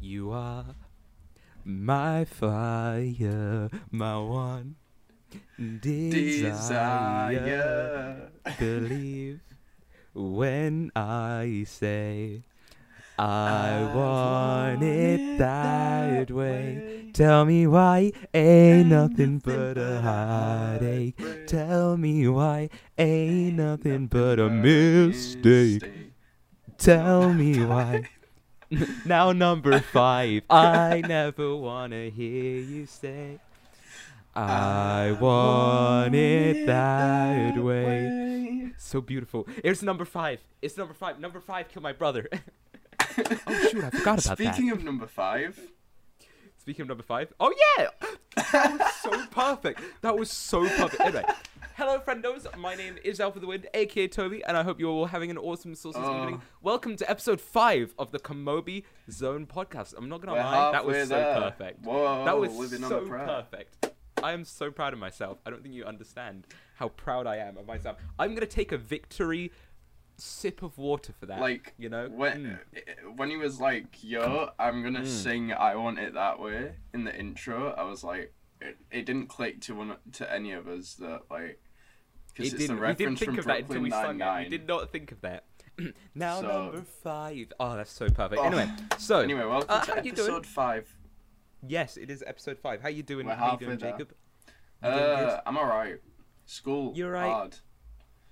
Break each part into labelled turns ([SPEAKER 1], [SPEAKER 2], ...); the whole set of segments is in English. [SPEAKER 1] You are my fire, my one desire.
[SPEAKER 2] Desire.
[SPEAKER 1] Believe when I say I,
[SPEAKER 2] I
[SPEAKER 1] want
[SPEAKER 2] want
[SPEAKER 1] it
[SPEAKER 2] it
[SPEAKER 1] that
[SPEAKER 2] that
[SPEAKER 1] way.
[SPEAKER 2] way.
[SPEAKER 1] Tell me why ain't
[SPEAKER 2] Ain't
[SPEAKER 1] nothing
[SPEAKER 2] nothing
[SPEAKER 1] but
[SPEAKER 2] but
[SPEAKER 1] a
[SPEAKER 2] a
[SPEAKER 1] heartache.
[SPEAKER 2] heartbreak.
[SPEAKER 1] Tell me why ain't nothing but a
[SPEAKER 2] but
[SPEAKER 1] mistake. Tell me why. now number five. I never wanna hear you say. I want it that way. So beautiful. It's number five. It's number five. Number five killed my brother. oh shoot! I forgot about that.
[SPEAKER 2] Speaking of number five,
[SPEAKER 1] Speaking of number five, oh yeah, that was so perfect. That was so perfect. Anyway, hello, friendos. My name is Alpha the Wind, aka Toby, and I hope you're all having an awesome, saucy
[SPEAKER 2] Oh.
[SPEAKER 1] evening. Welcome to episode five of the Komobi Zone podcast. I'm not gonna
[SPEAKER 2] we're
[SPEAKER 1] lie, that
[SPEAKER 2] halfway
[SPEAKER 1] was so
[SPEAKER 2] there.
[SPEAKER 1] perfect.
[SPEAKER 2] Whoa,
[SPEAKER 1] that was
[SPEAKER 2] living on
[SPEAKER 1] so
[SPEAKER 2] the prowl.
[SPEAKER 1] perfect. I am so proud of myself. I don't think you understand how proud I am of myself. I'm gonna take a victory sip of water for that.
[SPEAKER 2] Like
[SPEAKER 1] you know,
[SPEAKER 2] when
[SPEAKER 1] Mm.
[SPEAKER 2] when he was like, "Yo, I'm gonna
[SPEAKER 1] Mm.
[SPEAKER 2] sing I Want It That Way" in the intro, I was like, it, it didn't click to one to any of us that like
[SPEAKER 1] It
[SPEAKER 2] because it's a
[SPEAKER 1] we didn't
[SPEAKER 2] reference
[SPEAKER 1] think
[SPEAKER 2] from
[SPEAKER 1] of that until
[SPEAKER 2] Brooklyn
[SPEAKER 1] we
[SPEAKER 2] Nine
[SPEAKER 1] sung it. We
[SPEAKER 2] Nine.
[SPEAKER 1] did not think of that. now
[SPEAKER 2] So-
[SPEAKER 1] number five. Oh, that's so perfect.
[SPEAKER 2] Oh.
[SPEAKER 1] Anyway, so
[SPEAKER 2] Anyway, welcome
[SPEAKER 1] Uh,
[SPEAKER 2] to
[SPEAKER 1] how you doing?
[SPEAKER 2] episode five.
[SPEAKER 1] yes, it is episode five. How you doing?
[SPEAKER 2] We're
[SPEAKER 1] How you doing,
[SPEAKER 2] halfway there.
[SPEAKER 1] Jacob? You doing good?
[SPEAKER 2] Uh, I'm alright. School.
[SPEAKER 1] You're right.
[SPEAKER 2] Hard.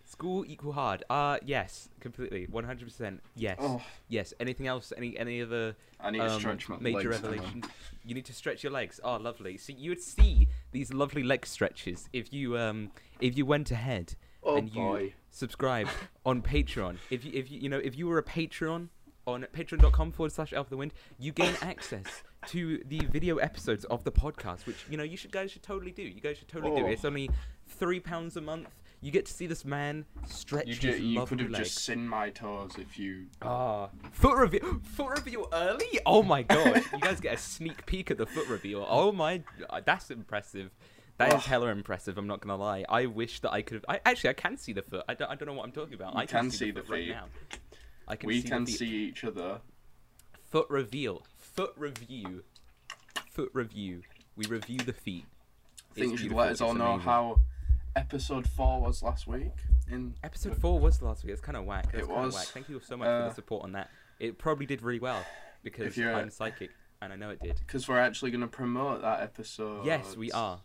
[SPEAKER 1] School equal hard. Uh yes, completely, one hundred percent. Yes,
[SPEAKER 2] Oh,
[SPEAKER 1] yes. Anything else? Any any other
[SPEAKER 2] I need to
[SPEAKER 1] um,
[SPEAKER 2] stretch my
[SPEAKER 1] major
[SPEAKER 2] legs. now.
[SPEAKER 1] revelations? You need to stretch your legs. Oh, lovely. So you would see these lovely leg stretches if you um if you went ahead
[SPEAKER 2] Oh
[SPEAKER 1] and you
[SPEAKER 2] boy.
[SPEAKER 1] subscribe on Patreon. If you if you you know if you were a Patreon on patreon.com forward slash Alpha the Wind, you gain access to the video episodes of the podcast, which you know you should guys should totally do. You guys should totally do.
[SPEAKER 2] Oh.
[SPEAKER 1] It's only three pounds a month. You get to see this man stretch
[SPEAKER 2] You,
[SPEAKER 1] his
[SPEAKER 2] ju- you
[SPEAKER 1] lovely
[SPEAKER 2] could have
[SPEAKER 1] legs.
[SPEAKER 2] just seen my toes if you.
[SPEAKER 1] Ah, foot review, foot review early. Oh my god, you guys get a sneak peek at the foot review. Oh my, that's impressive. That
[SPEAKER 2] Ugh.
[SPEAKER 1] is hella impressive. I'm not gonna lie. I wish that I could have. I, actually, I can see the foot. I don't, I don't know what I'm talking about.
[SPEAKER 2] You
[SPEAKER 1] I can,
[SPEAKER 2] can
[SPEAKER 1] see
[SPEAKER 2] see
[SPEAKER 1] the
[SPEAKER 2] the
[SPEAKER 1] foot right
[SPEAKER 2] feet.
[SPEAKER 1] now. I can
[SPEAKER 2] we
[SPEAKER 1] see
[SPEAKER 2] can
[SPEAKER 1] the feet.
[SPEAKER 2] see each other.
[SPEAKER 1] foot reveal, foot review, foot review. We review the feet.
[SPEAKER 2] I think you
[SPEAKER 1] It's
[SPEAKER 2] should
[SPEAKER 1] beautiful,
[SPEAKER 2] let us all
[SPEAKER 1] it's
[SPEAKER 2] know
[SPEAKER 1] amazing.
[SPEAKER 2] how episode four was last week. In
[SPEAKER 1] Episode four was last week. It's kind of whack. It
[SPEAKER 2] It
[SPEAKER 1] was kind of
[SPEAKER 2] was.
[SPEAKER 1] whack. Thank you so much for the
[SPEAKER 2] Uh,
[SPEAKER 1] support on that. It probably did really well because
[SPEAKER 2] you're-
[SPEAKER 1] I'm psychic and I know it did.
[SPEAKER 2] because we're actually going to promote that episode.
[SPEAKER 1] Yes, we are.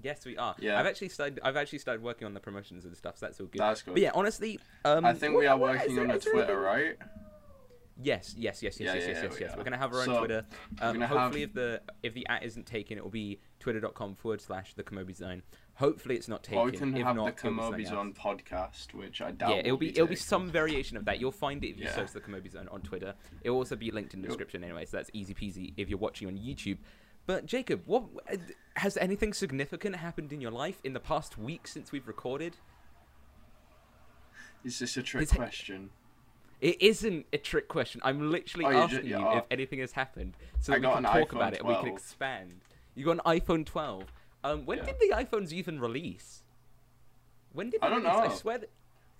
[SPEAKER 1] Yes, we are.
[SPEAKER 2] Oh, Yeah.
[SPEAKER 1] I've actually started. I've actually started working on the promotions and stuff. So that's all good.
[SPEAKER 2] That's
[SPEAKER 1] But
[SPEAKER 2] good.
[SPEAKER 1] yeah, honestly, um,
[SPEAKER 2] I think
[SPEAKER 1] what-
[SPEAKER 2] we are
[SPEAKER 1] what-
[SPEAKER 2] working
[SPEAKER 1] is
[SPEAKER 2] on
[SPEAKER 1] there-
[SPEAKER 2] a
[SPEAKER 1] is there anything-
[SPEAKER 2] Twitter, right?
[SPEAKER 1] Yes, yes, yes, yes,
[SPEAKER 2] Yeah,
[SPEAKER 1] yes,
[SPEAKER 2] yeah,
[SPEAKER 1] yes,
[SPEAKER 2] yeah,
[SPEAKER 1] yes,
[SPEAKER 2] we
[SPEAKER 1] yes.
[SPEAKER 2] are.
[SPEAKER 1] We're gonna have our own
[SPEAKER 2] So,
[SPEAKER 1] Twitter.
[SPEAKER 2] we're
[SPEAKER 1] Um,
[SPEAKER 2] gonna
[SPEAKER 1] hopefully, if the if the at isn't taken, it will be twitter.com forward slash the Komobi Zone. Hopefully, it's not taken.
[SPEAKER 2] Or we can
[SPEAKER 1] if
[SPEAKER 2] have
[SPEAKER 1] not,
[SPEAKER 2] the
[SPEAKER 1] it'll be something
[SPEAKER 2] Komobis on
[SPEAKER 1] else.
[SPEAKER 2] podcast, which I doubt.
[SPEAKER 1] Yeah, it'll
[SPEAKER 2] will
[SPEAKER 1] be it'll be
[SPEAKER 2] taken.
[SPEAKER 1] some variation of that. You'll find it if you
[SPEAKER 2] Yeah.
[SPEAKER 1] search the Komobi Zone on Twitter. It'll also be linked in the
[SPEAKER 2] Yep.
[SPEAKER 1] description anyway, so that's easy peasy if you're watching on YouTube. But Jacob, what has anything significant happened in your life in the past week since we've recorded?
[SPEAKER 2] Is this a trick
[SPEAKER 1] Is it-
[SPEAKER 2] question?
[SPEAKER 1] It isn't a trick question. I'm literally
[SPEAKER 2] Oh, you ju-
[SPEAKER 1] asking you,
[SPEAKER 2] you are-
[SPEAKER 1] if anything has happened, so
[SPEAKER 2] I
[SPEAKER 1] that we
[SPEAKER 2] got
[SPEAKER 1] can
[SPEAKER 2] an
[SPEAKER 1] talk
[SPEAKER 2] iPhone
[SPEAKER 1] about it and we can
[SPEAKER 2] 12.
[SPEAKER 1] expand. You got an iPhone 12. Um, when
[SPEAKER 2] Yeah.
[SPEAKER 1] did the iPhones even release? When did they
[SPEAKER 2] I don't
[SPEAKER 1] release? I
[SPEAKER 2] know.
[SPEAKER 1] swear that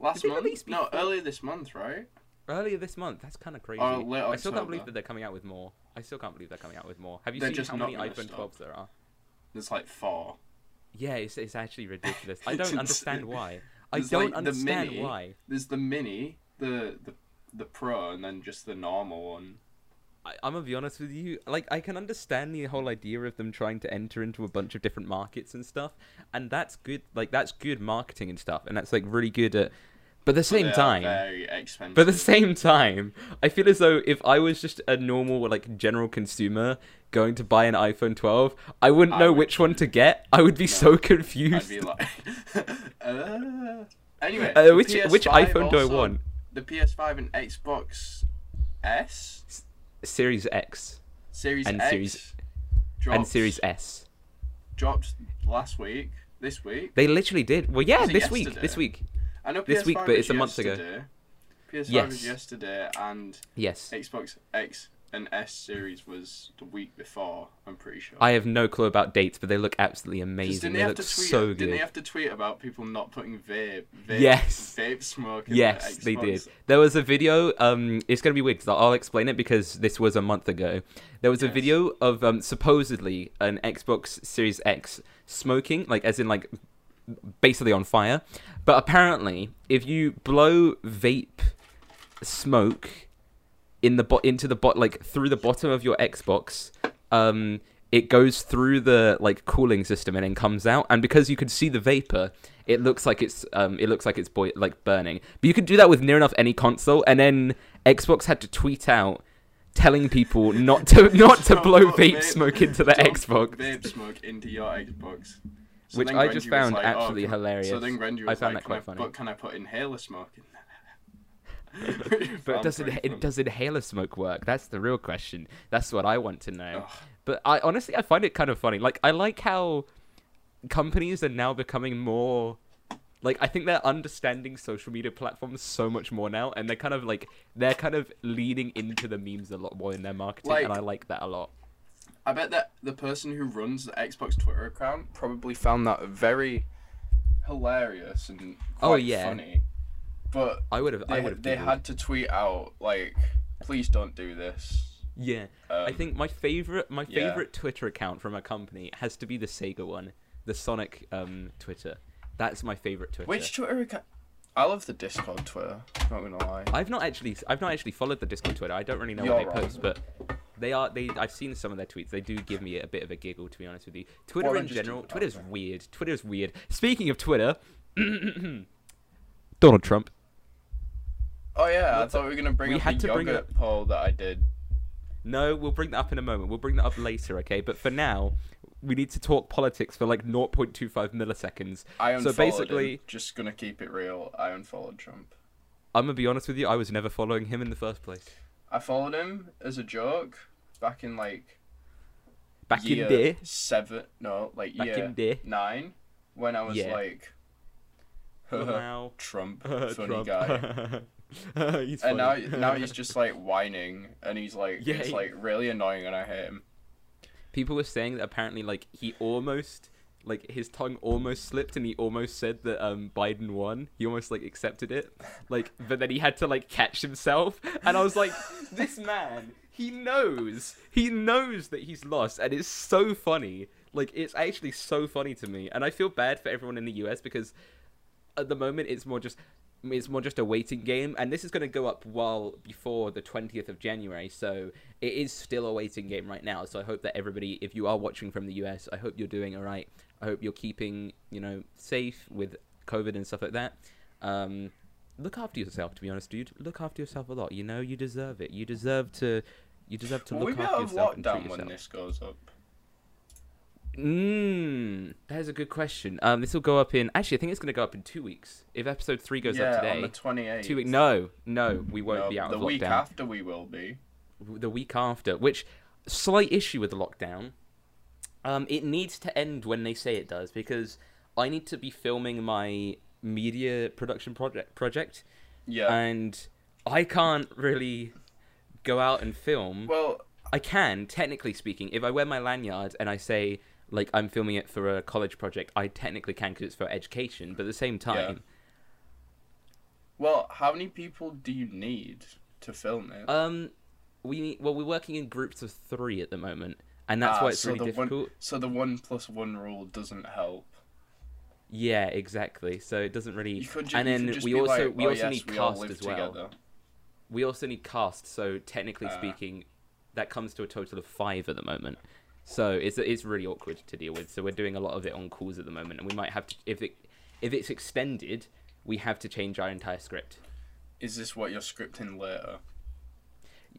[SPEAKER 2] Last
[SPEAKER 1] they
[SPEAKER 2] month?
[SPEAKER 1] release
[SPEAKER 2] No,
[SPEAKER 1] before-
[SPEAKER 2] earlier this month, right?
[SPEAKER 1] earlier this month. That's kind of crazy.
[SPEAKER 2] Oh, late
[SPEAKER 1] I still can't
[SPEAKER 2] October.
[SPEAKER 1] believe that they're coming out with more. I still can't believe they're coming out with more. Have you
[SPEAKER 2] They're
[SPEAKER 1] seen
[SPEAKER 2] just
[SPEAKER 1] how
[SPEAKER 2] not
[SPEAKER 1] many
[SPEAKER 2] gonna
[SPEAKER 1] iPhone
[SPEAKER 2] stop.
[SPEAKER 1] 12s there are?
[SPEAKER 2] There's like four.
[SPEAKER 1] Yeah, it's, it's actually ridiculous. I
[SPEAKER 2] It's
[SPEAKER 1] don't understand
[SPEAKER 2] insane.
[SPEAKER 1] why. I
[SPEAKER 2] There's,
[SPEAKER 1] don't
[SPEAKER 2] like, the
[SPEAKER 1] understand
[SPEAKER 2] mini,
[SPEAKER 1] why.
[SPEAKER 2] There's the mini, the the the pro, and then just the normal one.
[SPEAKER 1] I, I'm gonna be honest with you. Like, I can understand the whole idea of them trying to enter into a bunch of different markets and stuff, and that's good. Like, that's good marketing and stuff, and that's like really good at. But at the same
[SPEAKER 2] They are
[SPEAKER 1] time,
[SPEAKER 2] Very expensive.
[SPEAKER 1] but at the same time, I feel as though if I was just a normal, like, general consumer going to buy an iPhone 12, I wouldn't
[SPEAKER 2] I
[SPEAKER 1] know
[SPEAKER 2] would
[SPEAKER 1] which one to get. I would be so
[SPEAKER 2] I'd
[SPEAKER 1] confused.
[SPEAKER 2] be like, uh, anyway.
[SPEAKER 1] Uh,
[SPEAKER 2] the
[SPEAKER 1] which- which
[SPEAKER 2] PS5
[SPEAKER 1] iPhone do I
[SPEAKER 2] also-
[SPEAKER 1] want?
[SPEAKER 2] The PS5 and Xbox S
[SPEAKER 1] Series X
[SPEAKER 2] Series
[SPEAKER 1] And
[SPEAKER 2] X
[SPEAKER 1] Series-
[SPEAKER 2] dropped,
[SPEAKER 1] and Series S.
[SPEAKER 2] dropped last week. This week,
[SPEAKER 1] They literally did. Well, yeah,
[SPEAKER 2] Was it
[SPEAKER 1] this week.
[SPEAKER 2] yesterday?
[SPEAKER 1] This week.
[SPEAKER 2] I know PS5
[SPEAKER 1] This week, but
[SPEAKER 2] was
[SPEAKER 1] it's a month ago.
[SPEAKER 2] yesterday. PS5
[SPEAKER 1] Yes.
[SPEAKER 2] was yesterday, and
[SPEAKER 1] Yes.
[SPEAKER 2] Xbox X an S series was the week before. I'm pretty sure.
[SPEAKER 1] I have no clue about dates, but they look absolutely
[SPEAKER 2] 'Cause
[SPEAKER 1] amazing.
[SPEAKER 2] Didn't
[SPEAKER 1] They,
[SPEAKER 2] they, have
[SPEAKER 1] look
[SPEAKER 2] to tweet?
[SPEAKER 1] so
[SPEAKER 2] Didn't they
[SPEAKER 1] good.
[SPEAKER 2] have to tweet about people not putting vape, vape
[SPEAKER 1] Yes.
[SPEAKER 2] vape smoke? In their
[SPEAKER 1] Yes, they did.
[SPEAKER 2] Xbox?
[SPEAKER 1] There was a video. Um, it's gonna be weird because I'll explain it because this was a month ago. There was a
[SPEAKER 2] Yes.
[SPEAKER 1] video of um supposedly an Xbox Series X smoking, like as in like basically on fire. But apparently, if you blow vape smoke in the bot into the bot like through the bottom of your Xbox, um, it goes through the like cooling system and then comes out. And because you could see the vapor, it looks like it's um, it looks like it's boy- like burning. But you could do that with near enough any console. And then Xbox had to tweet out telling people not to not to
[SPEAKER 2] Don't
[SPEAKER 1] blow
[SPEAKER 2] put
[SPEAKER 1] vape smoke into the
[SPEAKER 2] don't
[SPEAKER 1] Xbox.
[SPEAKER 2] put Vape smoke into your Xbox. So
[SPEAKER 1] Which
[SPEAKER 2] then
[SPEAKER 1] I
[SPEAKER 2] Grengy
[SPEAKER 1] just
[SPEAKER 2] was
[SPEAKER 1] found
[SPEAKER 2] like, "Oh,
[SPEAKER 1] absolutely
[SPEAKER 2] can-"
[SPEAKER 1] hilarious.
[SPEAKER 2] So then Grengy
[SPEAKER 1] I
[SPEAKER 2] was
[SPEAKER 1] found
[SPEAKER 2] like,
[SPEAKER 1] that quite
[SPEAKER 2] "Can I-
[SPEAKER 1] funny.
[SPEAKER 2] But can I put inhaler smoke in there?
[SPEAKER 1] But does it,
[SPEAKER 2] Found
[SPEAKER 1] it does inhaler smoke work? That's the real question. That's what I want to know.
[SPEAKER 2] Ugh.
[SPEAKER 1] But I honestly I find it kind of funny. Like I like how companies are now becoming more like I think they're understanding social media platforms so much more now and they're kind of like they're kind of leaning into the memes a lot more in their marketing and
[SPEAKER 2] Like-
[SPEAKER 1] I like that a lot.
[SPEAKER 2] I bet that the person who runs the Xbox Twitter account probably found that very hilarious and quite
[SPEAKER 1] Oh, yeah.
[SPEAKER 2] funny. But
[SPEAKER 1] I would have I
[SPEAKER 2] they,
[SPEAKER 1] would have
[SPEAKER 2] they had to tweet out like, "Please don't do this."
[SPEAKER 1] Yeah. I
[SPEAKER 2] Um,
[SPEAKER 1] think my favorite my
[SPEAKER 2] yeah.
[SPEAKER 1] favorite Twitter account from a company has to be the Sega one, the Sonic um Twitter. That's my favorite Twitter.
[SPEAKER 2] Which Twitter account? I love the Discord Twitter. Not gonna lie.
[SPEAKER 1] I've not actually I've not actually followed the Discord Twitter. I don't really know what
[SPEAKER 2] You're
[SPEAKER 1] they
[SPEAKER 2] right.
[SPEAKER 1] post, but they are they I've seen some of their tweets. They do give me a bit of a giggle to be honest with you. Twitter
[SPEAKER 2] Or
[SPEAKER 1] in
[SPEAKER 2] just
[SPEAKER 1] general,
[SPEAKER 2] keep it
[SPEAKER 1] Twitter's
[SPEAKER 2] out there.
[SPEAKER 1] weird. Twitter's weird. Speaking of Twitter, Donald Trump.
[SPEAKER 2] Oh yeah, I
[SPEAKER 1] What
[SPEAKER 2] thought we were gonna bring
[SPEAKER 1] we
[SPEAKER 2] up
[SPEAKER 1] had
[SPEAKER 2] the
[SPEAKER 1] to bring
[SPEAKER 2] yogurt poll that I did.
[SPEAKER 1] No, we'll bring that up in a moment. We'll bring that up later, okay? But for now, we need to talk politics for like 0.25 milliseconds.
[SPEAKER 2] I
[SPEAKER 1] so
[SPEAKER 2] unfollowed
[SPEAKER 1] basically,
[SPEAKER 2] him. just gonna keep it real. I unfollowed Trump.
[SPEAKER 1] I'm gonna be honest with you. I was never following him in the first place.
[SPEAKER 2] I followed him as a joke back in like
[SPEAKER 1] Back
[SPEAKER 2] year
[SPEAKER 1] in there,
[SPEAKER 2] seven. No, like
[SPEAKER 1] back
[SPEAKER 2] year
[SPEAKER 1] in there.
[SPEAKER 2] nine when I was
[SPEAKER 1] Yeah.
[SPEAKER 2] like,
[SPEAKER 1] Wow.
[SPEAKER 2] Trump,
[SPEAKER 1] Uh,
[SPEAKER 2] funny
[SPEAKER 1] Trump.
[SPEAKER 2] guy.
[SPEAKER 1] he's
[SPEAKER 2] And now,
[SPEAKER 1] funny.
[SPEAKER 2] now he's just like whining, and he's like,
[SPEAKER 1] Yeah,
[SPEAKER 2] it's
[SPEAKER 1] he-
[SPEAKER 2] like really annoying, and I hate him.
[SPEAKER 1] people were saying that apparently like he almost like his tongue almost slipped and he almost said that um Biden won. He almost like accepted it. Like but then he had to like catch himself and I was like this man he knows. He knows that he's lost and it's so funny. Like it's actually so funny to me and I feel bad for everyone in the US because at the moment it's more just it's more just a waiting game and this is going to go up while before the 20th of january so it is still a waiting game right now so i hope that everybody if you are watching from the us i hope you're doing all right i hope you're keeping you know safe with covid and stuff like that um look after yourself to be honest dude look after yourself a lot you know you deserve it you deserve to you deserve to
[SPEAKER 2] Will we
[SPEAKER 1] look
[SPEAKER 2] be
[SPEAKER 1] after
[SPEAKER 2] out of
[SPEAKER 1] yourself and treat
[SPEAKER 2] lockdown
[SPEAKER 1] yourself
[SPEAKER 2] when this goes up?
[SPEAKER 1] Mm, that is a good question. Um, this will go up in actually. I think it's going to go up in two weeks. If episode three goes
[SPEAKER 2] yeah,
[SPEAKER 1] up today,
[SPEAKER 2] on the twenty eighth.
[SPEAKER 1] two weeks. No, no, we won't
[SPEAKER 2] No,
[SPEAKER 1] be out
[SPEAKER 2] the
[SPEAKER 1] of
[SPEAKER 2] week
[SPEAKER 1] lockdown.
[SPEAKER 2] after we will be.
[SPEAKER 1] W The week after, which slight issue with the lockdown. Um, it needs to end when they say it does because I need to be filming my media production project project,
[SPEAKER 2] Yeah.
[SPEAKER 1] and I can't really go out and film.
[SPEAKER 2] well,
[SPEAKER 1] I can, technically speaking, if I wear my lanyard and I say like I'm filming it for a college project, I technically can because it's for education. But at the same time,
[SPEAKER 2] well, how many people do you need to film it?
[SPEAKER 1] um, we need, well we're working in groups of three at the moment, and that's
[SPEAKER 2] Ah,
[SPEAKER 1] why it's
[SPEAKER 2] so
[SPEAKER 1] really
[SPEAKER 2] the one-
[SPEAKER 1] difficult.
[SPEAKER 2] so the one plus one rule doesn't help.
[SPEAKER 1] Yeah, exactly. So it doesn't really.
[SPEAKER 2] You could just,
[SPEAKER 1] and
[SPEAKER 2] you could
[SPEAKER 1] then
[SPEAKER 2] just
[SPEAKER 1] we
[SPEAKER 2] be
[SPEAKER 1] also
[SPEAKER 2] like,
[SPEAKER 1] we
[SPEAKER 2] "Oh,
[SPEAKER 1] also
[SPEAKER 2] yes,
[SPEAKER 1] need
[SPEAKER 2] we all
[SPEAKER 1] cast
[SPEAKER 2] live
[SPEAKER 1] as well.
[SPEAKER 2] together."
[SPEAKER 1] We also need cast. So technically
[SPEAKER 2] Ah.
[SPEAKER 1] speaking, that comes to a total of five at the moment. So it's it's really awkward to deal with. So we're doing a lot of it on calls at the moment, and we might have to if it if it's extended, we have to change our entire script.
[SPEAKER 2] Is this what you're scripting later?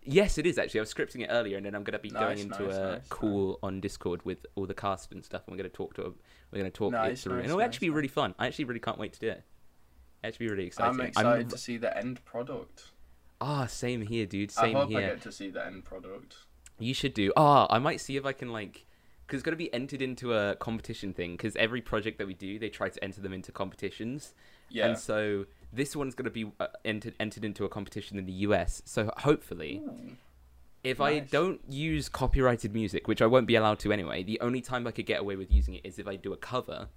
[SPEAKER 1] Yes, it is actually. I was scripting it earlier, and then I'm going to be going
[SPEAKER 2] Nice,
[SPEAKER 1] into
[SPEAKER 2] nice,
[SPEAKER 1] a
[SPEAKER 2] nice,
[SPEAKER 1] call on Discord with all the cast and stuff. And we're going to talk to we're going to talk it
[SPEAKER 2] Nice,
[SPEAKER 1] through, and
[SPEAKER 2] nice,
[SPEAKER 1] it'll
[SPEAKER 2] nice,
[SPEAKER 1] actually be
[SPEAKER 2] nice.
[SPEAKER 1] really fun. I actually really can't wait to do it. Actually, be really exciting.
[SPEAKER 2] I'm excited to see the end product.
[SPEAKER 1] Ah, same here, dude. Same
[SPEAKER 2] I hope
[SPEAKER 1] here.
[SPEAKER 2] I get to see the end product.
[SPEAKER 1] You should do. Ah, I might see if I can like, because it's gonna be entered into a competition thing. Because every project that we do, they try to enter them into competitions.
[SPEAKER 2] Yeah.
[SPEAKER 1] And so this one's gonna be uh, entered entered into a competition in the US. So hopefully,
[SPEAKER 2] Ooh.
[SPEAKER 1] If I
[SPEAKER 2] Nice.
[SPEAKER 1] don't use copyrighted music, which I won't be allowed to anyway, the only time I could get away with using it is if I do a cover.